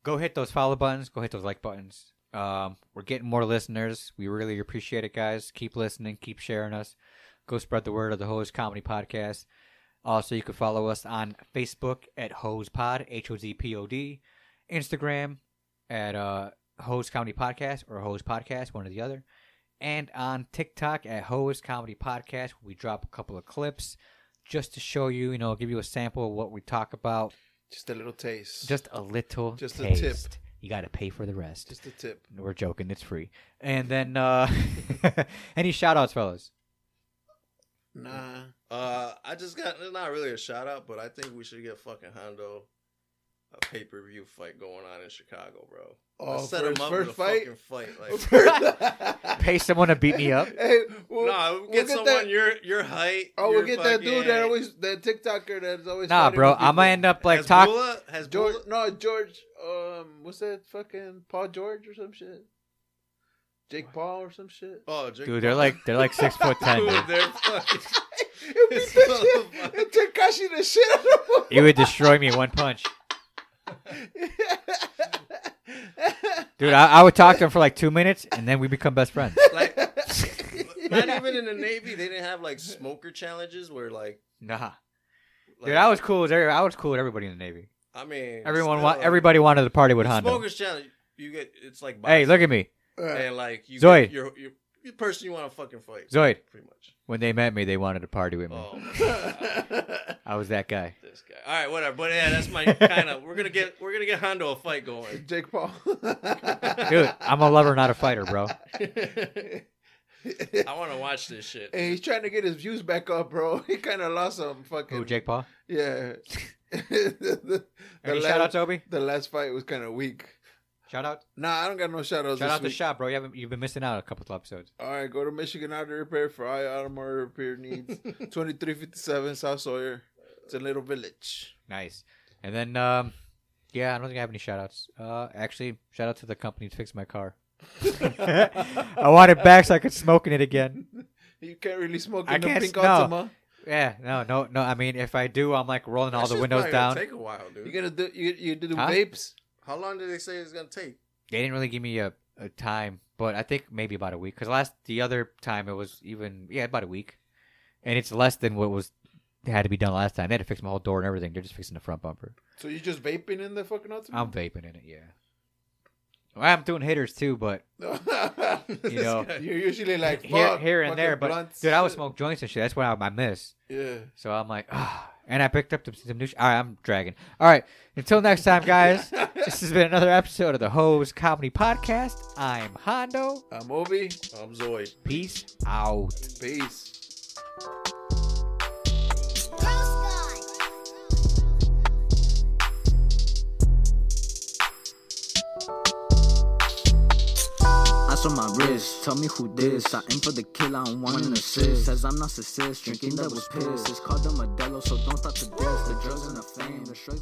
[SPEAKER 1] go hit those follow buttons. Go hit those like buttons. Um, we're getting more listeners. We really appreciate it, guys. Keep listening. Keep sharing us. Go spread the word of the Hose Comedy Podcast. Also, you can follow us on Facebook at Hose Pod, H O Z P O D, Instagram at uh, Hose Comedy Podcast or Hose Podcast, one or the other, and on TikTok at Hose Comedy Podcast. We drop a couple of clips just to show you, you know, give you a sample of what we talk about.
[SPEAKER 2] Just a little taste.
[SPEAKER 1] Just a little.
[SPEAKER 2] Just a tip.
[SPEAKER 1] taste. You got to pay for the rest.
[SPEAKER 2] just a tip.
[SPEAKER 1] We're joking. It's free. And then uh any shout outs, fellas?
[SPEAKER 2] Nah.
[SPEAKER 3] Uh, I just got it's not really a shout out, but I think we should get fucking Hondo a pay per view fight going on in Chicago, bro.
[SPEAKER 2] Oh,
[SPEAKER 3] Let's set
[SPEAKER 2] first-
[SPEAKER 3] him up
[SPEAKER 2] first
[SPEAKER 3] with a
[SPEAKER 2] fight?
[SPEAKER 3] fucking fight. Like,
[SPEAKER 1] Pay someone to beat me up.
[SPEAKER 2] Hey, we'll,
[SPEAKER 3] no,
[SPEAKER 2] we'll
[SPEAKER 3] get, someone
[SPEAKER 2] that-
[SPEAKER 3] your your height.
[SPEAKER 2] Oh, we'll
[SPEAKER 3] your
[SPEAKER 2] get that dude
[SPEAKER 3] fucking-
[SPEAKER 2] that always that TikToker that's always
[SPEAKER 1] Nah,
[SPEAKER 2] fighting
[SPEAKER 1] bro.
[SPEAKER 2] with
[SPEAKER 1] I'm gonna
[SPEAKER 2] people.
[SPEAKER 1] end up like
[SPEAKER 3] has
[SPEAKER 1] talk.
[SPEAKER 3] Bula, has
[SPEAKER 2] George.
[SPEAKER 3] Bula,
[SPEAKER 2] No, George. Um, what's that fucking Paul George or some shit? Jake Paul or some shit.
[SPEAKER 3] oh, Jake
[SPEAKER 1] Dude, they're like they're like six foot ten.
[SPEAKER 3] Dude,
[SPEAKER 1] Dude.
[SPEAKER 3] they're fucking.
[SPEAKER 2] It beat
[SPEAKER 3] It's
[SPEAKER 2] the
[SPEAKER 3] motherfucker.
[SPEAKER 2] shit. It took Kashi the shit out
[SPEAKER 1] You would destroy me in one punch, dude. I, I would talk to him for like two minutes, and then we become best friends.
[SPEAKER 3] like
[SPEAKER 2] of him.
[SPEAKER 3] not even in the Navy, they didn't have like smoker challenges where like,
[SPEAKER 1] Nah,
[SPEAKER 3] like
[SPEAKER 1] dude. I was cool with every, I was cool with everybody in the Navy.
[SPEAKER 3] I mean,
[SPEAKER 1] Everyone,
[SPEAKER 3] still,
[SPEAKER 1] wa- everybody wanted to party with
[SPEAKER 3] the
[SPEAKER 1] Hondo.
[SPEAKER 3] Smokers challenge, you get it's like
[SPEAKER 1] Hey,
[SPEAKER 3] boxing.
[SPEAKER 1] look at me,
[SPEAKER 3] and like you,
[SPEAKER 1] Zoid.
[SPEAKER 3] your your the person you want to fucking fight,
[SPEAKER 1] Zoid.
[SPEAKER 3] pretty much.
[SPEAKER 1] When they met me, they wanted to party with me.
[SPEAKER 3] Oh, my God,
[SPEAKER 1] I was that guy.
[SPEAKER 3] this guy. All right, whatever. But yeah, that's my kind of. We're gonna get we're gonna get Hondo a fight going.
[SPEAKER 2] Jake Paul.
[SPEAKER 1] Dude, I'm a lover, not a fighter, bro.
[SPEAKER 3] I want to watch this shit.
[SPEAKER 2] Hey, he's trying to get his views back up, bro. He kind of lost some fucking.
[SPEAKER 1] Who, Jake Paul?
[SPEAKER 2] Yeah. the, the- the
[SPEAKER 1] Any
[SPEAKER 2] la-
[SPEAKER 1] shout out, Toby?
[SPEAKER 2] the last fight was kind of weak.
[SPEAKER 1] Shout out.
[SPEAKER 2] Nah, I don't got no shout outs.
[SPEAKER 1] Shout out
[SPEAKER 2] this
[SPEAKER 1] the
[SPEAKER 2] week.
[SPEAKER 1] shop, bro. You haven't, you've been missing out a couple of episodes.
[SPEAKER 2] All right, go to Michigan Auto Repair for all your automotive repair needs. 2357 South Sawyer. It's a little village.
[SPEAKER 1] Nice. And then, um, yeah, I don't think I have any shout outs. Uh, actually, shout out to the company that fixed my car. I want it back so I could smoke in it again.
[SPEAKER 2] You can't really smoke in
[SPEAKER 1] I
[SPEAKER 2] the
[SPEAKER 1] can't
[SPEAKER 2] pink
[SPEAKER 1] s- no.
[SPEAKER 2] Altima.
[SPEAKER 1] Yeah, no, no, no. I mean, if I do, I'm like rolling all
[SPEAKER 3] That
[SPEAKER 1] the
[SPEAKER 3] shit's
[SPEAKER 1] windows
[SPEAKER 3] probably gonna
[SPEAKER 1] down.
[SPEAKER 3] Take a while,
[SPEAKER 2] You
[SPEAKER 3] dude.
[SPEAKER 2] gonna do you you do the
[SPEAKER 1] Huh?
[SPEAKER 2] vapes?
[SPEAKER 3] How long did they say it's gonna take?
[SPEAKER 1] They didn't really give me a, a time, but I think maybe about a week. Because last the other time it was even yeah about a week, and it's less than what was had to be done last time. They had to fix my whole door and everything. They're just fixing the front bumper.
[SPEAKER 2] So you just vaping in the fucking Altima?
[SPEAKER 1] I'm vaping in it. Yeah, well, I'm doing hitters too, but you know
[SPEAKER 2] You're usually like
[SPEAKER 1] here
[SPEAKER 2] fuck,
[SPEAKER 1] here and there.
[SPEAKER 2] fucking
[SPEAKER 1] But
[SPEAKER 2] blunts.
[SPEAKER 1] dude, I would smoke joints and shit. That's what I, I miss.
[SPEAKER 2] Yeah.
[SPEAKER 1] So I'm like, ah. And I picked up some, some new. Sh- All right, I'm dragging. All right, until next time, guys. this has been another episode of the Hose Comedy Podcast. I'm Hondo.
[SPEAKER 2] I'm Obi.
[SPEAKER 3] I'm Zoid.
[SPEAKER 1] Peace out.
[SPEAKER 2] Peace.
[SPEAKER 7] Coast Guard.
[SPEAKER 8] Ice on my wrist, tell me who this. I aim for the kill, I don't want an assist. Says I'm narcissist, drinking that was piss. It's called the Modelo, so don't stop to diss. The drugs and the fame, the shrugs. and-